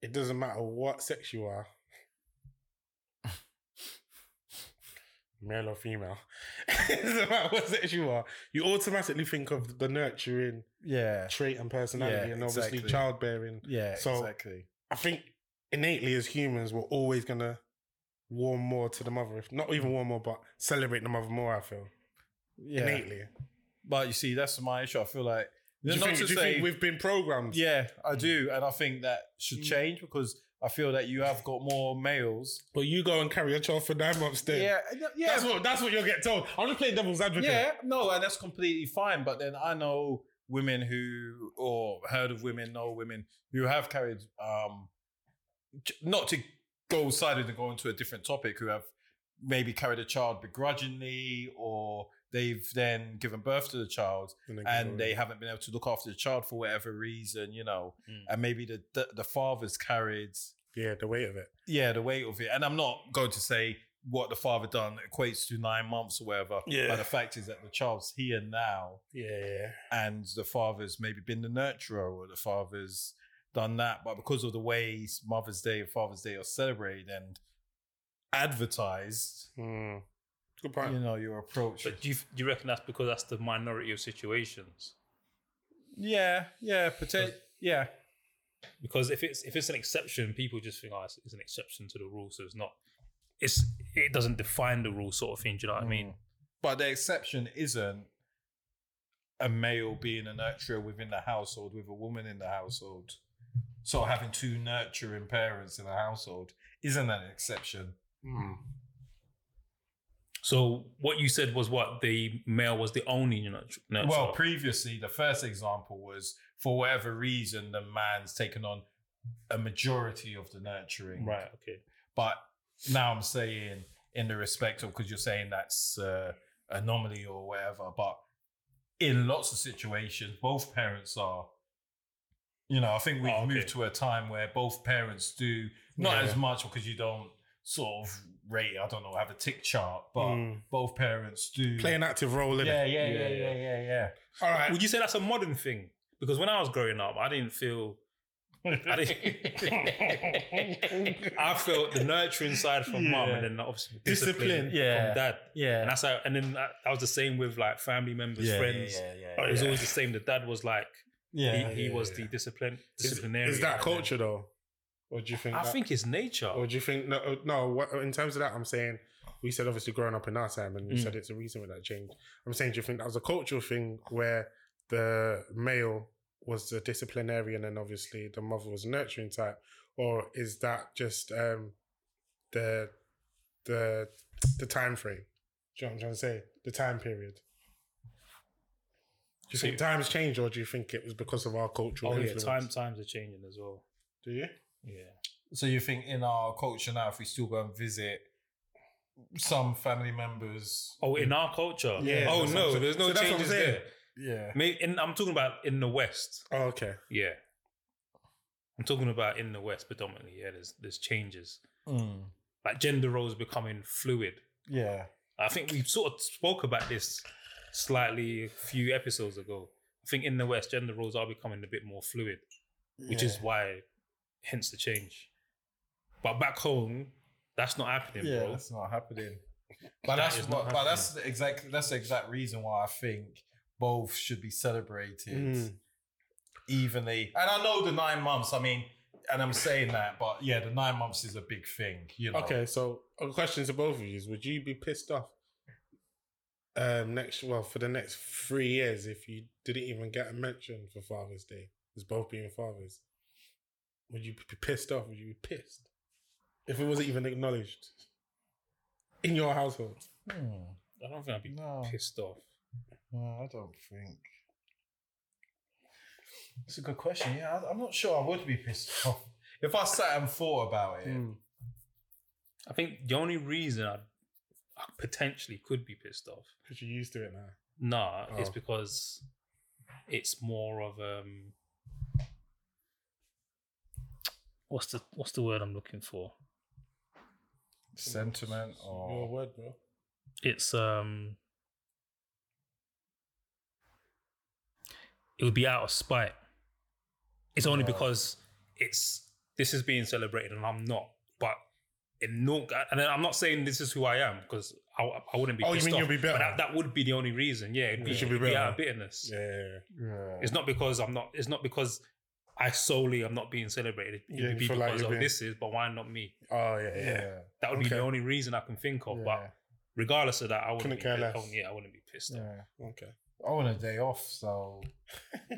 it doesn't matter what sex
(laughs)
you are. Male or female. (laughs) it doesn't matter what sex you are. You automatically think of the nurturing
Yeah.
trait and personality
Yeah,
and obviously
exactly.
childbearing.
Yeah,
So-
exactly.
I think innately as humans, we're always gonna warm more to the mother, if not even warm more, but celebrate the mother more, I feel.
Yeah.
Innately.
But you see, that's my issue. I feel like
Do you,
not
think,
to
do you
say-
think we've Mm. been programmed?
Yeah, I do. And I think that should change because I feel that you have got more males.
But you go and carry your child for nine months then.
yeah.
That's what that's what you'll get told. I'm just playing devil's advocate.
Yeah, no, and that's completely fine. But then I know women who, or heard of women, know women who have carried, um, j- not to go sideways and go into a different topic, who have maybe carried a child begrudgingly, or they've then given birth to the child
And, then
and
go
they
in.
haven't been able to look after the child for whatever reason, you know,
Mm.
and maybe the, the the father's carried
Yeah, the weight of it.
yeah, the weight of it. And I'm not going to say what the father done equates to nine months or whatever.
Yeah.
But the fact is that the child's here now,
Yeah.
and the father's maybe been the nurturer, or the father's done that. But because of the ways Mother's Day and Father's Day are celebrated and advertised,
Hmm. Good point.
you know, your approach.
But do you, do you reckon that's because that's the minority of situations?
yeah, yeah, potato. Yeah,
Because if it's if it's an exception, people just think, oh, it's, it's an exception to the rule, so it's not. It's it doesn't define the rule, sort of thing. Do you know what I mean?
but the exception isn't a male being a nurturer within the household with a woman in the household. So having two nurturing parents in a household isn't an exception.
Hmm.
So what you said was what the male was the only you know. nurturer.
Well, previously, the first example was for whatever reason, the man's taken on a majority of the nurturing.
right, okay.
But now I'm saying, in the respect of, because you're saying that's uh, anomaly or whatever, but in lots of situations, both parents are. You know, I think we've
Oh, okay.
moved to a time where both parents do not
Yeah.
as much because you don't sort of rate. I don't know, have a tick chart, but
Hmm.
Mm.
both parents do.
Play an active role in
yeah,
it.
yeah, yeah,
Yeah,
yeah, yeah,
yeah.
yeah,
All right.
Would you say that's a modern thing? Because when I was growing up, I didn't feel. (laughs) I, didn't- (laughs) I felt the nurturing side from mum, and then obviously discipline,
Discipline,
yeah.
from dad.
Yeah.
and that's how. And then that, that was the same with like family members,
Yeah,
friends.
yeah, yeah,
it was
yeah.
always the same. The dad was like
yeah.
he, he was the discipline
Is,
disciplinarian.
is that
and then-
culture though? Or do you think?
I
that-
think it's nature.
Or do you think no? uh, No. What, in terms of that, I'm saying we said obviously growing up in our time, and you
Mm.
said it's a reason for that change. I'm saying, do you think that was a cultural thing where the male was the disciplinarian and obviously the mother was nurturing type, or is that just um, the the the time frame? Do you know what I'm trying to say? The time period. Do you think times changed, or do you think it was because of our cultural
Oh yeah,
influence?
time times are changing as well.
Do you?
Yeah.
So you think in our culture now, if we still go and visit some family members,
Oh, in our culture.
Yeah.
oh
that's
no,
what I'm
there's no
so that's what I'm
changes
saying.
there.
yeah,
May- In, I'm talking about in the West.
Oh, okay.
Yeah. I'm talking about in the West predominantly. Yeah, there's there's changes.
Mm.
Like gender roles becoming fluid.
yeah,
I think we sort of spoke about this slightly a few episodes ago. I think in the West, gender roles are becoming a bit more fluid, which is why, hence the change. But back home, that's not happening,
yeah,
bro.
that's not happening.
That
But that's
is not
what, but that's the exact that's the exact reason why I think both should be celebrated
Mm.
evenly. And I know the nine months. I mean, and I'm saying that, but yeah, the nine months is a big thing. You know,
Okay, so a question to both of you is would you be pissed off um next well for the next three years if you didn't even get a mention for Father's Day? It's both being fathers. Would you be pissed off? Would you be pissed? If it wasn't even acknowledged in your household.
Hmm.
I don't think I'd be
No.
pissed off.
No, Mm, I don't think. It's a good question. Yeah, I, I'm not sure I would be pissed (laughs) off if I sat and thought about it.
Mm.
I think the only reason I, I potentially could be pissed off,
Because you're used to it now.
nah, is
Oh.
because it's more of um, what's the what's the word I'm looking for?
Sentiment
Your
or
word, bro.
it's um it would be out of spite it's
Oh.
only because it's this is being celebrated and i'm not but in no and then i'm not saying this is who i am because I, I wouldn't be
Oh, you
pissed
mean you'll
off,
be better?
but that, that would be the only reason yeah it'd be,
You should be
it'd be out
better.
of bitterness
Yeah. yeah, yeah.
yeah.
it's not because i'm not it's not because i solely am not being celebrated it
Yeah,
would
you
be
feel like
because
you're
oh,
being-
this is but why not me
Oh yeah, yeah.
that would be the
Okay.
only reason i can think of
Yeah.
but regardless of that i wouldn't
Couldn't
be
care
pissed-
less.
oh, yeah i wouldn't be pissed off
yeah.
Okay.
I want a day off,
(laughs)
so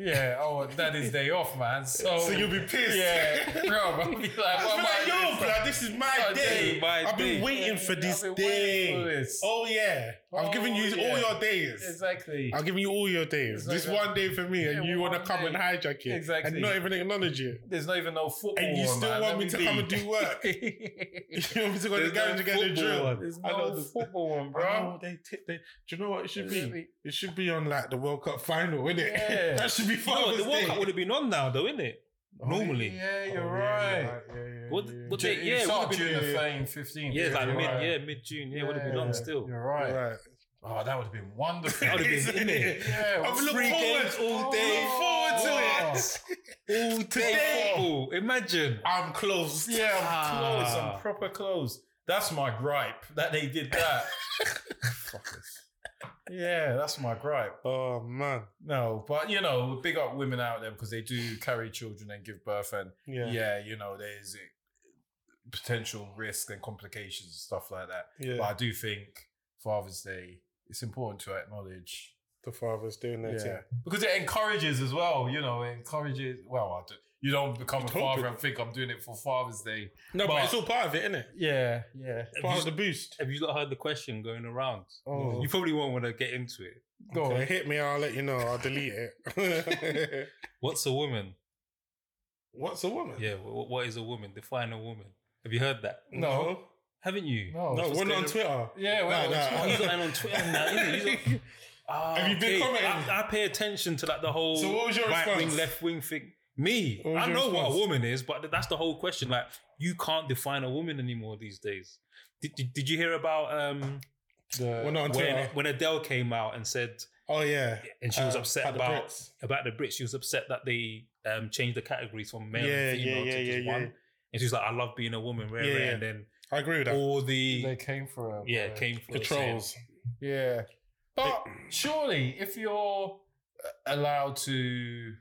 yeah. Oh, that is day off, man. So,
So you'll be pissed.
Oh, (laughs)
(laughs)
yeah, bro. I'll be like, what am I
That's
doing?
my yo, blood. This is my
My
day.
day, my
I've been
day.
waiting for
I've
this
been
day.
waiting for this.
Oh yeah, I've given
Oh,
you all
yeah.
your days.
Exactly.
I've given you all your days.
Exactly.
This one day for me, and
Yeah,
you want to
one
come and
day.
hijack it,
Exactly.
and not even acknowledge it,
There's not even no football.
and you
on,
still
man.
want
Let
me to come and
be. (laughs)
do work. (laughs) you want me to go to the
There's no
garage and get the
football
drill.
one.
There's
I know
no
this-
football one,
Bro,
Oh,
bro.
they, t- they, do you know what it should
It's
be?
really-
It should be on like the World Cup final, wouldn't it?
Yeah.
(laughs) that should be
No,
Father's
the World
Day.
Cup would have been on now, though, isn't it? Normally,
Oh, Yeah, you're
Oh,
right.
yeah, you're Yeah, yeah,
What-
yeah.
what
Ju-
they- yeah,
you
it
start
would've been-
June the
yeah,
thing, 15th.
yeah, it's like
you're
mid,
right.
yeah, mid June, yeah, it would have been
Yeah,
on still.
You're right.
Right.
Oh, that would have been wonderful.
That would have been
Isn't
in
it?
it.
(laughs) yeah,
I've looked
Three
forward
games all day.
Look forward to it.
All day football. Imagine.
I'm close.
Yeah, I'm close.
Ah.
I'm proper close. That's my gripe that they did (laughs) that. yeah, that's my gripe.
Oh man.
No, but you know, big up women out there because they do carry children and give birth, and yeah, you know, there's uh, potential risk and complications and stuff like that.
Yeah.
But I do think Father's Day, it's important to acknowledge
The father's doing that. Yeah.
Because it encourages as well, you know, it encourages. Well, I do, you don't become a
don't
father
do-
and think I'm doing it for Father's Day.
No, but,
But-
it's all part of it, isn't it?
Yeah, yeah.
Part of the boost.
Have you not heard the question going around?
Oh.
You probably won't want to get into it.
Go
Okay,
on.
hit me, I'll let you know. I'll delete it. (laughs)
What's a woman?
What's a woman?
Yeah, wh- what is a woman? Define a woman. Have you heard that?
No.
Haven't you?
No.
No,
just
we're not on
go-
Twitter.
Yeah,
Nah,
well,
nah.
Oh, you got that on Twitter now. Isn't it? You got,
(laughs) Have you been commenting?
I, I pay attention to like the whole
So what was your
right wing,
response?
left wing thing. Me,
What was
I
your
know what a
response?
woman is, but th- that's the whole question. Like, you can't define a woman anymore these days. Did, did, did you hear about um,
We're not on
when
Twitter.
when Adele came out and said,
(laughs) Oh yeah.
and she was
Uh,
upset
at the
about
Brits.
about the Brits? She was upset that they um, changed the categories from male
Yeah,
and female
yeah,
to
yeah,
just
yeah,
one.
yeah.
And she was like, "I love being a woman," rare,
Yeah,
rare.
yeah.
and then
I agree with that.
all the
they came for a
yeah came for
The trolls.
Yeah, but (clears throat) surely if you're uh, allowed to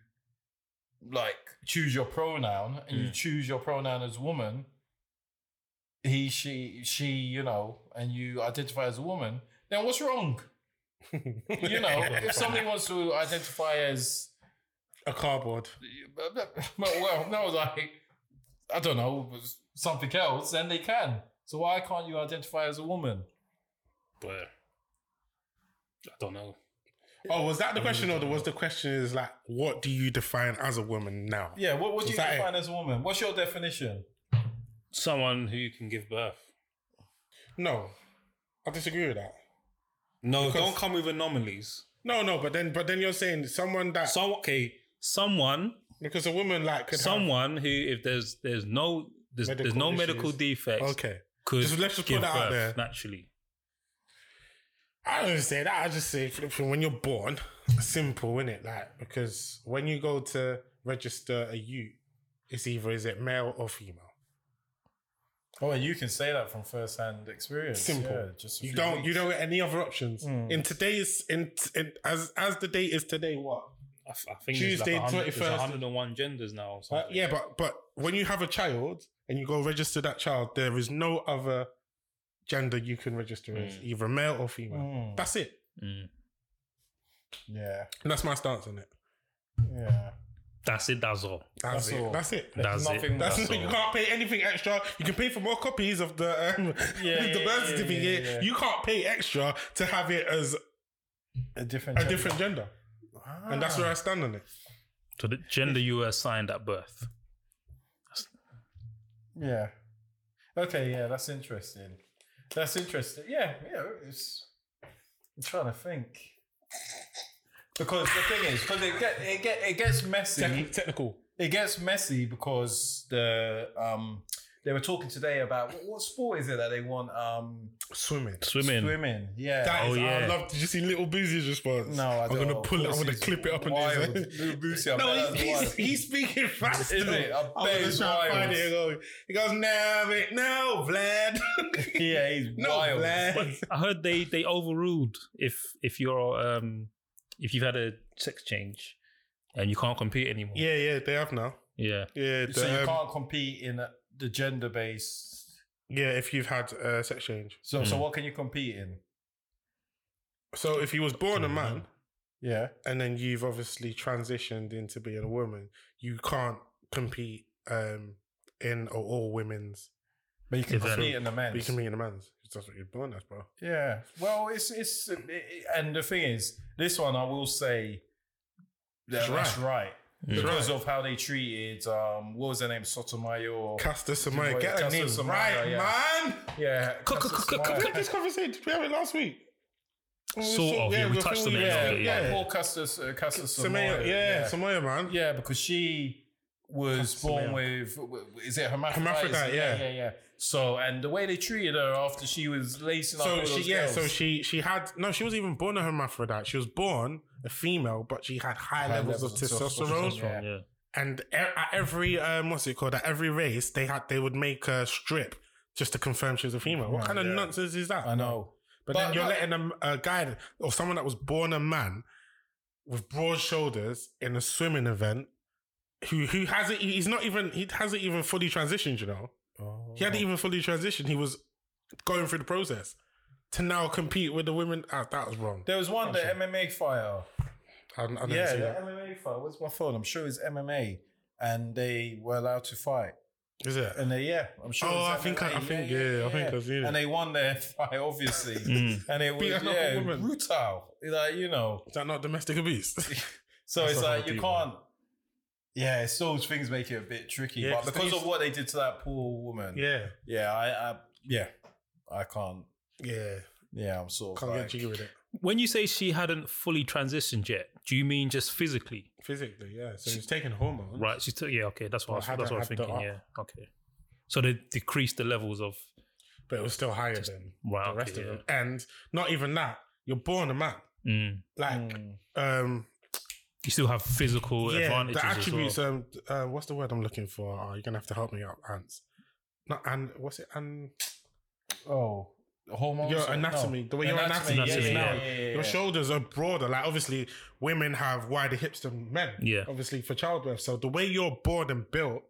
like choose your pronoun and you
Mm.
choose your pronoun as woman, he, she, she, you know, and you identify as a woman, then what's wrong? You (laughs) know, if somebody wants to identify as
a cardboard.
well, no, like I don't know, something else, then they can. So why can't you identify as a woman?
But I don't know.
Oh, was that the question, or the- was the question is like, what do you define as a woman now?
Yeah, what would
Is
you
that it?
define as a woman? What's your definition?
Someone who can give birth.
No, I disagree with that.
No, don't come with anomalies.
No, no, but then, but then you're saying someone that
So okay, someone,
because a woman like could have-
someone who, if there's there's no there's, there's
Medical
no
issues.
medical defects,
okay.
could
Just- let's just put
give
that out
birth
there.
naturally.
I don't say that. I just say flipping when you're born, simple, is it? Like because when you go to register a ute, it's either is it male or female.
Oh, and you can say that from first-hand experience.
Simple.
Yeah, just a
you
few
don't
weeks.
you don't get any other options
Mm.
in today's in, in as as the date is today. What?
I, f- I think
Tuesday,
Tuesday twenty
21st.
first, one hundred and one genders now. Or
Uh,
something.
yeah, but but when you have a child and you go register that child, there is no other gender you can register
Hmm.
as
Mm.
either male or female.
Mm.
That's it.
Mm.
Yeah,
And that's my stance on it.
yeah.
that's it. That's all.
That's
That's, it.
all.
That's it.
That's
nothing
it.
more.
That's
That's
not, you
all.
can't pay anything extra. You can pay for more copies of the um, (laughs)
Yeah,
the
yeah,
birth
yeah,
certificate.
yeah, yeah.
You can't pay extra to have it as
A different.
a different gender, and that's where I stand on it.
So the gender you were assigned at birth.
Yeah. Okay. Yeah, that's interesting. That's interesting. Yeah, yeah. It's. I'm trying to think. Because the thing is, because it get it get it gets messy.
technical.
it gets messy because the um they were talking today about what, what sport is it that they want um
Swimming.
Swimming.
swimming yeah
That is
Oh,
I
yeah.
love. Did you see Little Boozy's response?
no I
am
don't
gonna
know.
pull it. I'm gonna
Pussy's
clip it up and
wild.
do it.
Little Boosie, I bet
No,
that's
he's, he's,
wild.
he's speaking fast.
Is
though.
it? I
I'm
bet
gonna
it's
try and find
wild.
it. and go- He goes, no, mate, no, Vlad. (laughs)
yeah he's
no,
wild
Vlad.
I heard they they overruled if if you're um if you've had a sex change and you can't compete anymore.
Yeah, yeah, they have now.
Yeah.
Yeah,
so
the,
you
um,
can't compete in uh, the gender based
yeah, if you've had uh, sex change.
so
Hmm.
so what can you compete in
So if you was born a man
yeah
and then you've obviously transitioned into being a woman, you can't compete um, in a all women's.
but you can
Event.
compete in the
But
men's
you can be in a man's. That's what you're born as, bro.
Yeah. Well, it's it's it- it- and the thing is, this one I will say that
It's
that's
right.
right.
It's
Because of how they treated um what was her name? Sotomayor or
Castor Samaya,
boy,
get that
Castor
name
Semenya,
right,
yeah.
man.
yeah.
Cook,
Castor
cook, cook,
Semenya.
cook,
We had this conversation. We had it last week. When we
Sort
saw-
of, yeah, we
were
touched on
filming-
it a
Yeah,
little bit,
yeah,
yeah.
Paul Castus, uh, Castus
Samaya, yeah, Samaya, man.
yeah, because she was
Castor
born
Semenya.
with w- w- is it hermaphrodite?
Hermaphrodite, yeah.
yeah, yeah. So and the way they treated her after she was lacing up,
So
all
she,
those
yeah,
girls.
so she, she had no, she was even born a hermaphrodite. She was born a female, but she had
High
high, levels, of
levels of
testosterone.
testosterone, yeah.
Yeah.
And e- at every, um, what's it called? At every race, they had they would make her strip just to confirm she was a female. What
Yeah,
kind of
yeah.
nonsense is that?
I know.
But, then
But-
you're
but-
letting a, a guy or someone that was born a man with broad shoulders in a swimming event who who hasn't e, he's not even he hasn't even fully transitioned, you know. He
Oh.
hadn't even fully transitioned. He was going through the process to now compete with the women. Ah, that was wrong.
There was one the MMA fire.
I, I didn't
Yeah,
see
the
that.
MMA fight. Where's my phone? I'm sure it's MMA, and they were allowed to fight.
Is it?
And they, yeah, I'm sure.
Oh,
it's
I think I-
MMA.
I think- yeah, I think I've seen it.
And they won their (laughs) fight, obviously.
Mm.
And it was
Beat
yeah,
another woman.
brutal. Like you know,
Is that not domestic abuse?
so
That's
it's
not
like
how
you
deep,
can't. Yeah, it's those things make it a bit tricky.
Yeah, 'cause
but
they
because of
used-
what they did to that poor woman,
(laughs) yeah.
(laughs) yeah, I, I yeah, I can't.
Yeah.
Yeah, I'm sort of
Can't get
like,
jiggy with it.
When you say she hadn't fully transitioned yet, do you mean just physically?
Physically, yeah. So he's taking hormones.
Right. She took yeah, okay, that's what
Well,
I was, that's what I was
hadn't had
thinking,
the
yeah. Okay. So they decreased the levels of
But it was still higher than
wow,
the rest
okay,
of
yeah.
them. And not even that. You're born a man.
mm.
Like
mm,
um
you still have physical
yeah,
advantages.
the attributes
as well.
um uh, what's the word I'm looking for? Oh, you're gonna have to help me out, Ants. Not and what's it? And
oh, hormones.
Your
No.
anatomy, the way your
anatomy is
yeah,
now,
yeah, yeah, yeah.
your shoulders are broader. Like obviously, women have wider hips than men.
Yeah.
obviously for childbirth. So the way you're born and built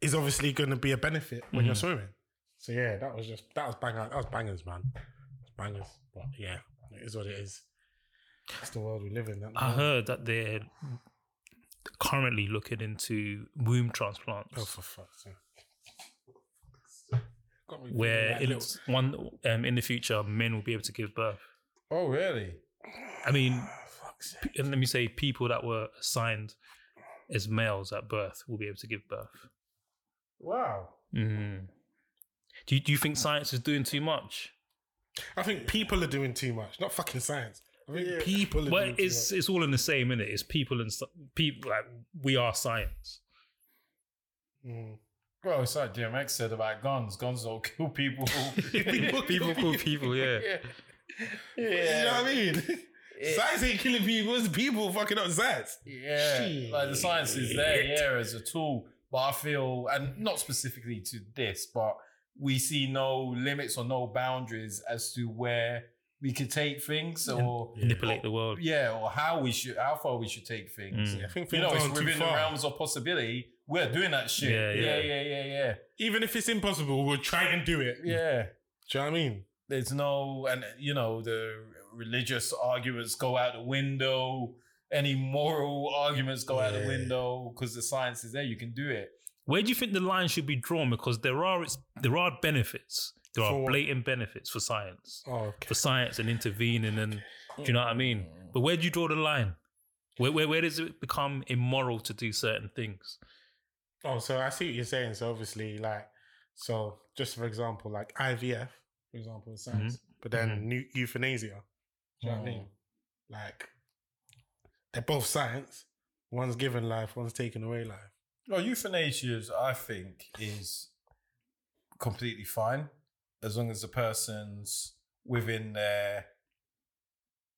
is obviously going to be a benefit when you're swimming. So yeah, that was just that was bang that was bangers, man. Bangers, but yeah, it is what it is. That's the world we live in. that-
I heard that they're currently looking into womb transplants,
Oh, for fuck's sake. Got me feeling
where
that
in
little-
one um, in the future men will be able to give birth.
Oh, really?
I mean,
(sighs) Fuck's sake.
p- and let me say, people that were assigned as males at birth will be able to give birth.
Wow.
Mm. Do you, do you think science is doing too much?
I think people are doing too much, not fucking science. I think people are
Well,
doing
it's
too
it's all in the same, innit? It's people and stu- people like we are
(laughs)
science.
much. Mm.
Well, it's like DMX said about guns. Guns don't kill
(laughs)
people.
people call people, yeah.
(laughs) You
(laughs)
know
yeah.
what I mean? (laughs) Science ain't killing people, it's people fucking up science.
Yeah,
Shit.
like the science is there, yeah, as a tool. But I feel, and not specifically to this, but we see no limits or no boundaries as to where we could take things, or
Manipulate the world.
yeah, or how we should, how far we should take things.
Mm.
I think
You
people
know, it's
are too
within the
far.
realms of possibility. We're doing that shit.
Yeah, yeah.
yeah, yeah, yeah, yeah.
Even if it's impossible, we'll try and do it.
yeah.
Do you know what I mean?
there's no and you know the religious arguments go out the window any moral arguments go out the
Yeah.
window because the science is there you can do it
Where do you think the line should be drawn? Because there are it's, there are benefits. There
For
are
what?
blatant benefits for science,
Oh, okay.
for science and intervening, and do you know what I mean?
Mm.
But where do you draw the line? Where where, where does it become immoral to do certain things?
Oh, so I see what you're saying. So obviously, like, so just for example, like IVF, for example, is science,
Mm-hmm.
but then
Mhm.
nu- euthanasia. Do you know what I
Oh.
mean? Like, they're both science. One's given life, one's taken away life.
well euthanasia i think is completely fine as long as the person's within their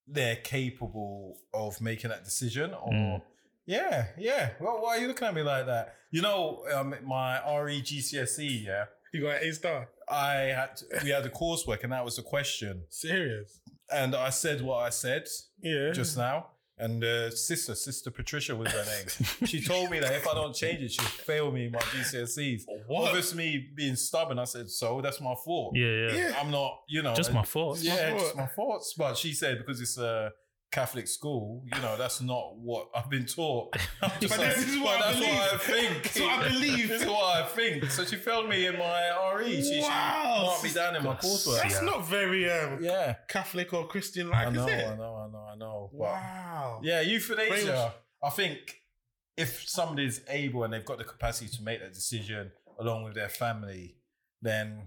they're capable of making that decision or
Mm.
yeah yeah well why are you looking at me like that you know um, my regcse E, yeah
You got an A star.
I had to, we had a coursework and that was the question.
Serious.
And I said what I said
Yeah.
just now. And uh, sister, sister Patricia was her name.
(laughs)
she told me that if I don't change it, she'll fail me in my GCSEs.
What?
Obviously, me being stubborn, I said, so that's my fault.
Yeah, yeah.
Yeah.
I'm not, you know. uh,
Just my thoughts.
Yeah,
fault.
just my thoughts. But she said because it's a Catholic school, you know, that's not what I've been
(laughs)
taught. I'm just
But this is what
"But
I
that's what I think.
That's what I believe.
This is what I think. So she failed me in my RE. She, she
Wow.
marked me down in my coursework.
That's not very um,
Yeah,
Catholic or Christian
I
like,
know,
is it?
I know, I know, I know. But
Wow.
yeah,
Pretty much.
euthanasia. I think if somebody's able and they've got the capacity to make that decision along with their family, then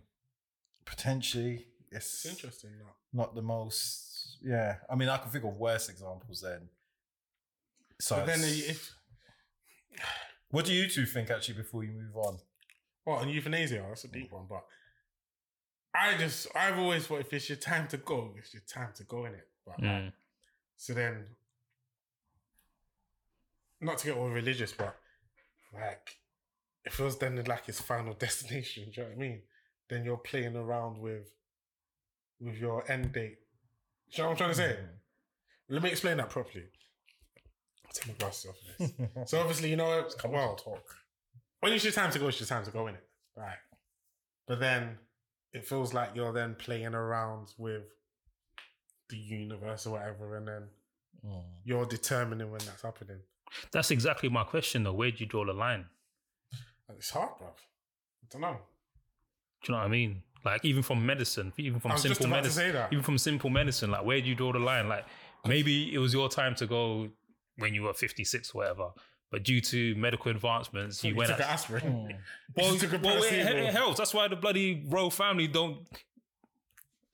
potentially it's
It's interesting. Now.
not the most. Yeah, I mean, I can think of worse examples then. So,
But then
it's-
if,
what do you two think actually before you move on?
well, and euthanasia, that's a deep one, but I just, I've always thought if it's your time to go, it's your time to go in it. But like,
Mm.
So then, not to get all religious, but like, if it was then like his final (laughs) destination, do you know what I mean? Then you're playing around with with your end date. Do you know what I'm trying to say? Let me explain that properly. I'll take my glasses off this. so obviously, you know, it's well, talk. When it's your time to go, it's your time to go, in it? Right. But then it feels like you're then playing around with the universe or whatever, and then you're determining when that's happening.
That's exactly my question, though. Where do you draw the line?
And it's hard, bruv. I don't know.
Do you know what I mean? Like even from medicine, even
I
from
was just
simple
about to
medicine,
say that.
even from simple medicine, like where do you draw the line? Like maybe it was your time to go when you were fifty six, whatever. But due to medical advancements, you,
You
went.
took an
At,
aspirin.
well,
(laughs) You took a
well, it,
placebo.
it helps. That's why the bloody royal family don't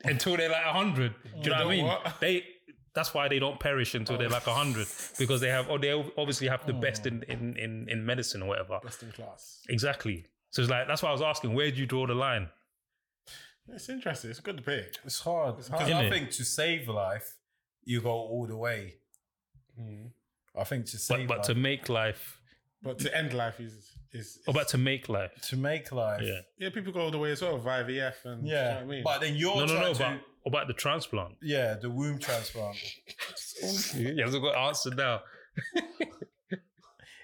until they're like hundred. Do you know what I
don't
mean?
what?
They. That's why they don't perish until they're like hundred because they have. Oh, they obviously have the best in in in, in medicine or whatever.
Best in class.
Exactly. So it's like that's why I was asking, where do you draw the line?
It's interesting. It's a good debate.
It's hard.
hard.
'Cause I
Isn't it?
think to save life, you go all the way.
Hmm.
I think to
But,
save
but
life,
to make life
But to end life is is,
Oh,
is-
but to make life.
to make life.
Yeah.
yeah. People go all the way as well via VF and do you know
Yeah.
what I mean?
But then you're
No, no,
trying
no.
to
But about the
(laughs)
transplant.
yeah, the womb transplant.
You haven't got an answer now.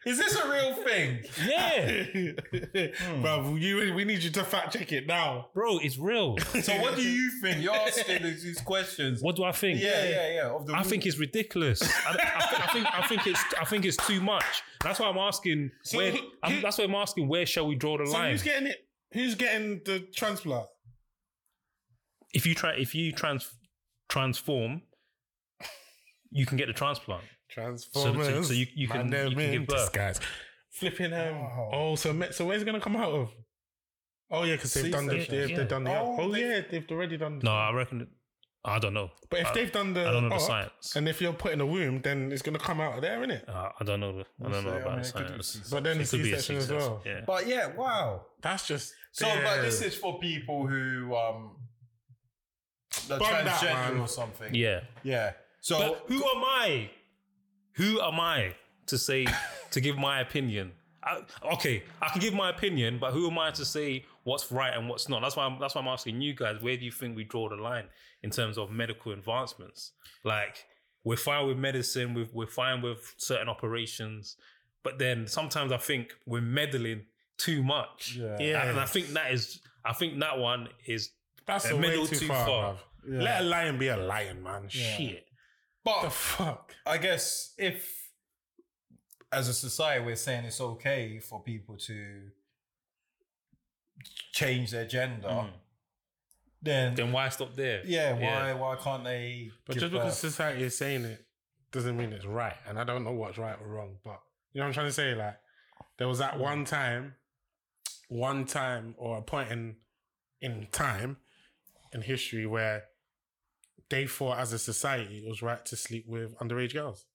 Is this a real thing?
Yeah,
(laughs) Bruv, you, we need you to fact check it now.
bro, it's real.
So what do you think?
You're asking these these questions.
What do I think?
Yeah, yeah, yeah. Of the
I think it's ridiculous. I, I, I think I think it's I think it's too much. That's why I'm asking.
So
where,
who-
I'm,
who-
that's why I'm asking. Where shall we draw the
So
line?
who's getting it? Who's getting the transplant?
if you try, if you trans transform, you can get the transplant.
Transformers.
so you- you
My
can-
name
you can give
in
birth.
disguise. Flipping um.
Wow.
Oh, so me- so where's it gonna come out of? Oh yeah, because they've done the
C-section.
they've,
Yeah.
they've done the
Oh,
oh,
they-
yeah they've already done
No, I reckon. I don't know.
but if
I-
they've done the
I don't know the
op,
science.
and if you're put in a womb then it's gonna come out of there innit?
Uh, I don't know. The, I don't know about the science.
But then
It could be a
C-section as
success,
well.
Yeah.
But yeah, wow.
That's just
So, but this
Yeah.
is for people who um, the
Bummed out,
transgender
man.
or something.
yeah.
yeah. So
But who am I? Who am I to
(laughs)
say to give my opinion? I, okay, I can give my opinion, but who am I to say what's right and what's not? That's why I'm, that's why I'm asking you guys. Where do you think we draw the line in terms of medical advancements? Like we're fine with medicine, we've, we're fine with certain operations, but then sometimes I think we're meddling too much.
Yeah.
Yeah.
and I think that is. I think that one is
that's
the
a way
middle
too
too
far.
far.
bruv.
Yeah.
Let a lion be a lion, man. Shit.
but
the fuck?
I guess if, as a society, we're saying it's okay for people to change their gender, then,
then why stop there?
yeah, why why can't they?
But
give
just because
birth?
society is saying it doesn't mean it's right. And I don't know what's right or wrong. But you know what I'm trying to say? Like, there was that one time, one time or a point in in time in history where they thought as a society it was right to sleep with underage girls.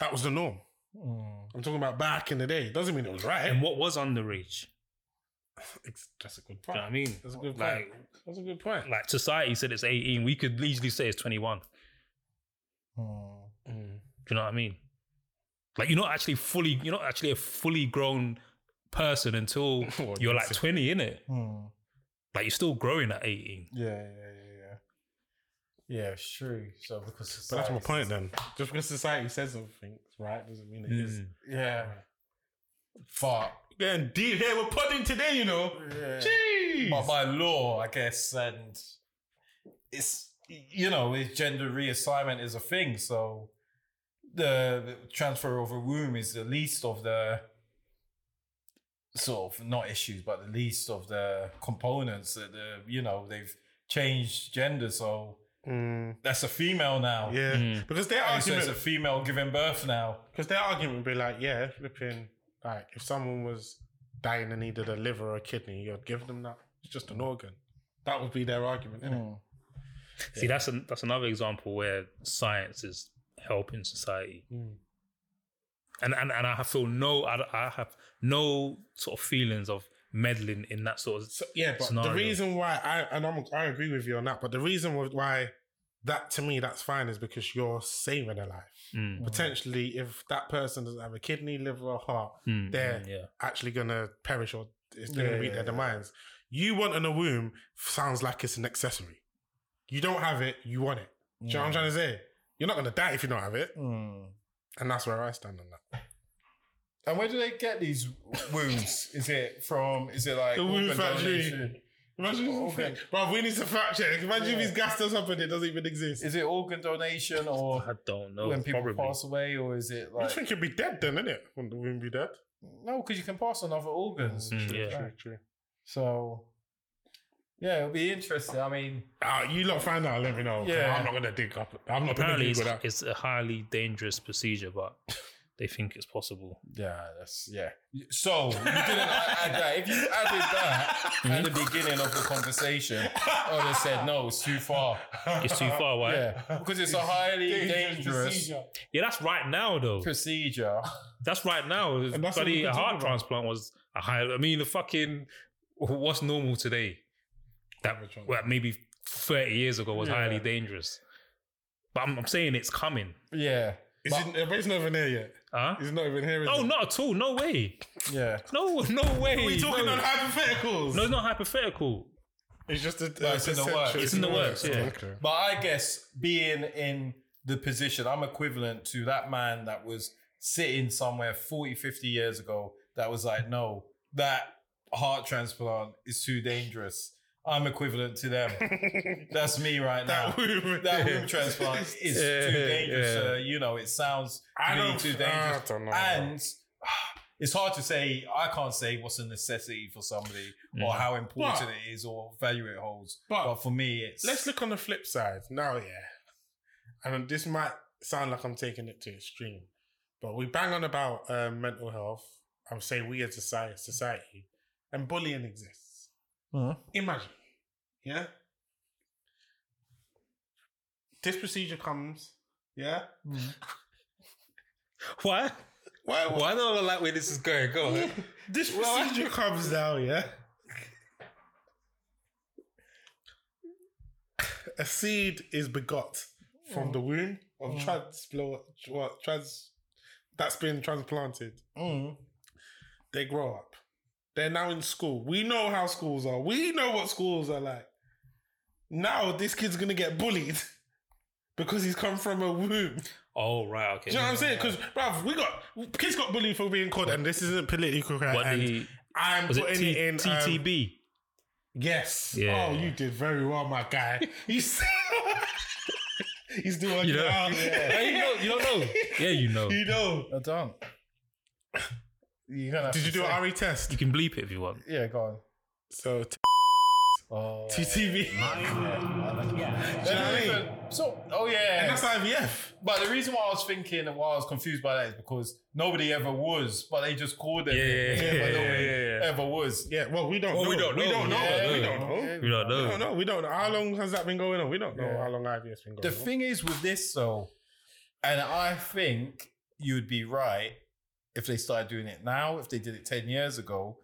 That was the norm.
Mm,
I'm talking about back in the day. Doesn't mean it was right.
And what was underage?
It's- that's a good
Do
point.
you know what I mean?
That's a good point.
Like,
that's a good point.
like society said it's 18. We could easily say it's 21. Do
Mm.
Mm.
you know what I mean? Like you're not actually fully, you're not actually a fully grown person until
Well,
you're
that's
like
it.
20, innit?
Mm.
Like you're still growing at 18.
Yeah, yeah, yeah, yeah. Yeah, it's true. So because
But that's my
society-
point then. Just because society says something's right doesn't mean it is.
Mm.
Yeah. Fuck.
Getting deep here. We're podding today, you know.
Yeah.
Jeez.
But by law, I guess, and it's you know, it's gender reassignment is a thing, so the, the transfer of a womb is the least of the sort of not issues, but the least of the components that the you know they've changed gender, so
Mm,
that's a female now.
yeah,
Mm.
because their
And so it's
argument,
a female giving birth now.
because their argument would be like, yeah, flipping, like if someone was dying and needed a liver or a kidney, you'd give them that. It's just an organ. That would be their argument, innit?
See, that's an that's another example where science is helping society.
Mm.
And, and and I feel no, I, I have no sort of feelings of meddling in that sort of.
So yeah, but
scenario.
the reason why I and I'm, I agree with you on that, but the reason why that to me that's fine is because you're saving a life.
Mm.
Potentially, if that person doesn't have a kidney, liver, or heart,
Mm,
they're
mm, yeah.
actually gonna perish or it's gonna
Hmm. Yeah,
meet
yeah,
their
yeah.
demise. You want in a womb sounds like it's an accessory. You don't have it, you want it. Do you know what I'm trying to say? You're not gonna die if you don't have it,
Mm.
and that's where I stand on that.
And where do they get these wounds? is it from? Is it like
The wound
organ
factory.
donation?
Imagine,
(laughs) Oh, okay.
bro, we need to fact check. Imagine
Yeah.
if he's gassed us up and it doesn't even exist.
Is it organ donation
I
or
don't know.
when people
probably.
pass away, or is it
I
like
(laughs) think you'd be dead then, innit? Wouldn't the womb be dead?
no? Because you can pass on other organs.
Mm, yeah.
True, true.
So yeah, it'll be interesting. I mean,
Ah, you lot find out, let me know. 'cause
Yeah.
I'm not gonna dig up. I'm not gonna
Apparently, it's,
Google that.
it's a highly dangerous procedure, but they think it's
(laughs)
possible.
yeah, that's yeah. So you didn't add add that. If you added that at the beginning of the conversation, I would have said no, it's too far.
It's too far, right? Yeah.
Yeah, because it's a highly dangerous
procedure.
that's right now, though.
procedure.
That's right now.
that's what we
Bloody
can
a
talk
heart
about.
transplant was a high. I mean, the fucking what's normal today? That well, maybe thirty years ago was highly dangerous. But I'm, I'm saying it's coming,
Yeah,
Is it, but it's not even there yet.
huh?
It's not even here. is
No,
it?
not at all. No way.
yeah.
No,
(laughs)
no way.
We talking
no.
on hypotheticals.
no, it's not hypothetical.
It's just a,
it's in the works.
perception.
It's in the works, yeah.
Okay.
But I guess being in the position, I'm equivalent to that man that was sitting somewhere 40, 50 years ago that was like, no, that heart transplant is too dangerous. I'm equivalent to
(laughs)
them. That's me right now.
that (laughs) womb,
That womb transplant is
(laughs) Yeah,
too dangerous.
yeah.
Uh, you know, it sounds
I
really
don't,
too
I
dangerous.
don't know.
And (sighs) it's hard to say, I can't say what's a necessity for somebody or
Mm.
how important
But-
it is or value it holds.
But-
But, for me, it's.
Let's look on the flip side. Now, yeah. And this might sound like I'm taking it to extreme, but we bang on about uh, mental health. I'm saying we as a soci- society, and bullying exists.
Uh-huh.
Mhm.
Imagine, yeah? This procedure comes, yeah?
Why? Why? Why don't I like where this is going? Go on.
This procedure comes now, yeah? A seed is begot from the womb of transplant, what, trans, that's been transplanted.
Mm.
They grow up. They're now in school. We know how schools are. We know what schools are like. Now this kid's gonna get bullied (laughs) because he's come from a womb.
Oh right, okay.
Do you know what I'm saying? Because, bruv, we got kids got bullied for being called, and this isn't politically correct.
What
and
the?
I'm
Was
putting
it T-
it in um,
TTB?
Yes.
Yeah.
Oh, you did very well, my
(laughs)
guy. He's (laughs) he's doing
You know.
well.
Yeah, (laughs)
Yeah.
you know. You don't know. Yeah, you know.
You know.
I don't. You're gonna have
Did
to
you do
say-
an RE test?
You can bleep it if you want.
Yeah, go on.
So t-
Oh.
TTV.
Do
Do
you
you know what I mean?
So, oh yeah.
And that's IVF.
but the reason why I was thinking and why I was confused by that is because nobody ever was, but they just called them.
Yeah,
it.
yeah,
But
yeah,
nobody
yeah, yeah, yeah.
Ever was.
Yeah, well, we don't
Well,
know.
we don't
We
know.
don't know.
Yeah,
we
yeah.
don't know.
You don't
We
know.
don't know. We don't know. How long has that been going on? We don't know
Yeah.
how long IVF's been going
The
on.
thing is with this though, and I think you'd be right if they started doing it now, if they did it 10 years ago,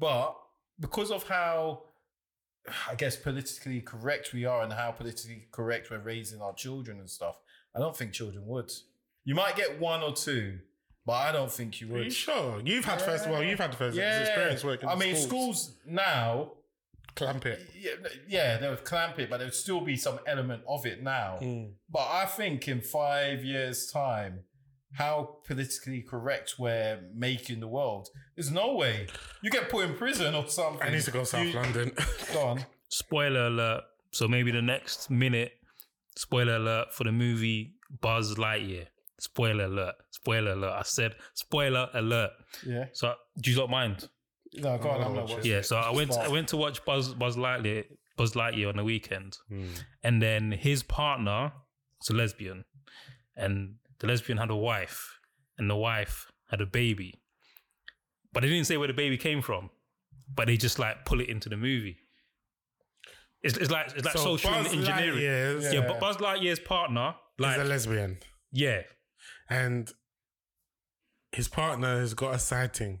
but because of how I guess politically correct we are and how politically correct we're raising our children and stuff, I don't think children would. You might get one or two, but I don't think you
Are you
would.
sure? You've had first. Well, you've had first
Yeah.
experience working.
I
in
mean, schools now,
clamp it.
yeah, yeah, they would clamp it, but there would still be some element of it now.
Hmm.
But I think in five years' time, how politically correct we're making the world, there's no way. You get put in prison or something.
I need to go South
You-
(laughs) London.
Go on.
Spoiler alert. So maybe the next minute, spoiler alert for the movie Buzz Lightyear. Spoiler alert. Spoiler alert. I said spoiler alert.
Yeah.
So do you not mind?
No, go on. I'm not watching.
Yeah. So I went.
Smart.
I went to watch Buzz Buzz Lightyear. Buzz Lightyear on the weekend,
Hmm.
and then his partner was a lesbian, and the lesbian had a wife, and the wife had a baby, but they didn't say where the baby came from, but they just like pull it into the movie. It's, it's like it's like social
Buzz
engineering.
Lightyear is-
Yeah, but Buzz Lightyear's partner, like,
is a lesbian.
yeah,
and his partner has got a sighting.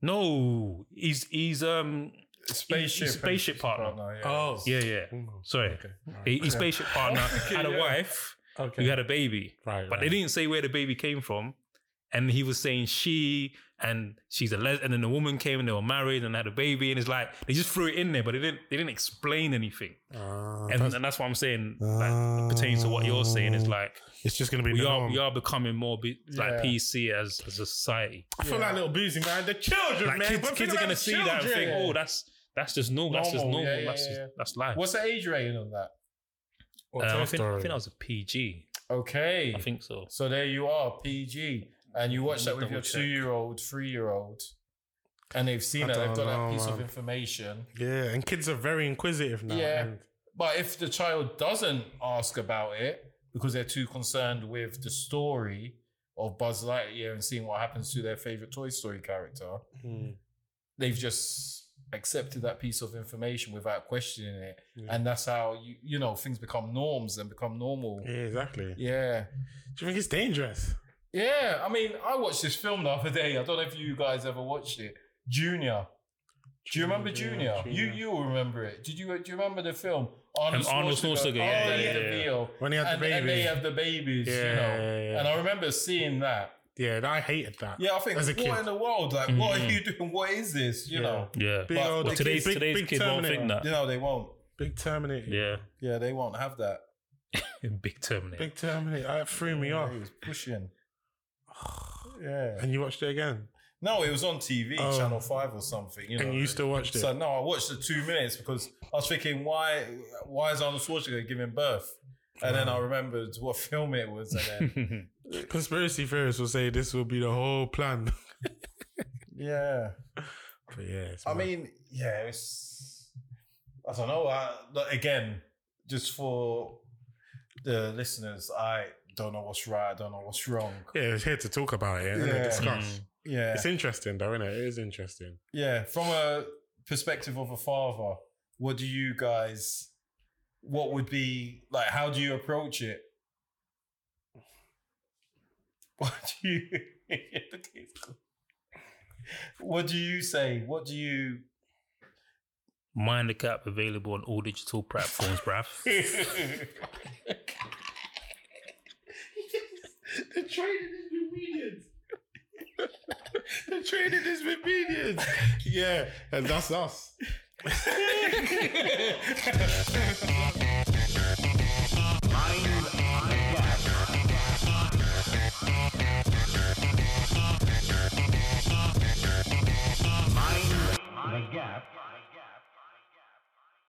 no, he's he's um,
Spaceship.
He's spaceship
and-
partner.
yeah.
Oh,
yeah, yeah. Sorry, he, his spaceship
(laughs)
partner had a
yeah.
wife
Okay.
who had a baby,
right,
but they didn't say where the baby came from, and he was saying she and she's a les, and then the woman came and they were married and had a baby, and it's like they just threw it in there, but they didn't they didn't explain anything,
Ah, Uh,
and that's, and that's what I'm saying like, pertains to what you're saying is like
it's just gonna be.
we
the
are
norm.
we are becoming more be, like
Yeah.
PC as as a society.
I feel like little boozy man. The children,
like
man.
kids,
One thing
kids are
about
gonna
the
see that and think,
children.
oh, that's that's just normal. That's just
Normal,
normal.
yeah, yeah,
that's
yeah.
Just, that's life.
What's the age rating on that?
Um,
Tell a
I, think, I
story.
think that was a PG.
Okay.
I think so.
so there you are, PG. And you watch that
Let me double
with your
check.
two year old, three year old, and they've seen
I
that, they've
don't
got that
know,
piece of
man.
information.
yeah, and kids are very inquisitive now.
Yeah.
and
But if the child doesn't ask about it because they're too concerned with the story of Buzz Lightyear and seeing what happens to their favorite Toy Story character,
Hmm.
they've just accepted that piece of information without questioning it. And that's how you you know things become norms and become normal.
yeah, exactly.
Yeah.
Do you think it's dangerous?
Yeah. I mean, I watched this film the other day. I don't know if you guys ever watched it. Junior. Do you remember Junior? You you will remember it. Did you uh, do you remember the film? Oh,
Arnold Schwarzenegger, yeah,
Danny
yeah, yeah, yeah.
DeVito
When he had
and,
the baby.
and they have the babies,
Yeah,
you know.
yeah, yeah.
And I remember seeing that.
yeah, and I hated that.
Yeah, I think
As a
what
kid.
in the world? Like, what
Mm-hmm.
are you doing? What is this? You
Yeah.
know,
Yeah.
Big
But-
old-
But
the
today's
big-
today's
big
kids won't think
Terminator.
that.
you know they won't.
Big Terminator.
Yeah. (laughs)
Yeah, they won't have that.
Big Terminator.
Oh. Big Terminator. That threw me off.
He was pushing. Yeah.
And you watched it again.
No, it was on TV,
Oh.
Channel Five or something. You know.
and you still watched it.
so no, I watched the two minutes because I was thinking, why, why is Arnold Schwarzenegger giving birth? And
Oh.
then I remembered what (laughs) film it was, and
(laughs)
(laughs)
then
Conspiracy theorists will say this will be the whole plan.
yeah.
(laughs) But yeah, it's
I
mad.
mean, yeah, it's. I don't know. I, like, again, just for the listeners, I don't know what's right. I don't know what's wrong.
yeah, it's here to talk about it and
Yeah.
Mm.
discuss.
Yeah,
It's interesting, though, isn't it? It is interesting.
yeah. From a perspective of a father, what do you guys? What would be like? How do you approach it? (laughs) What do you? (laughs) what do you say? What do you?
Mind the Gap available on all digital platforms, bruv.
(laughs) The training is obedience.
(laughs)
the training is (laughs) obedience. Yeah, and that's us.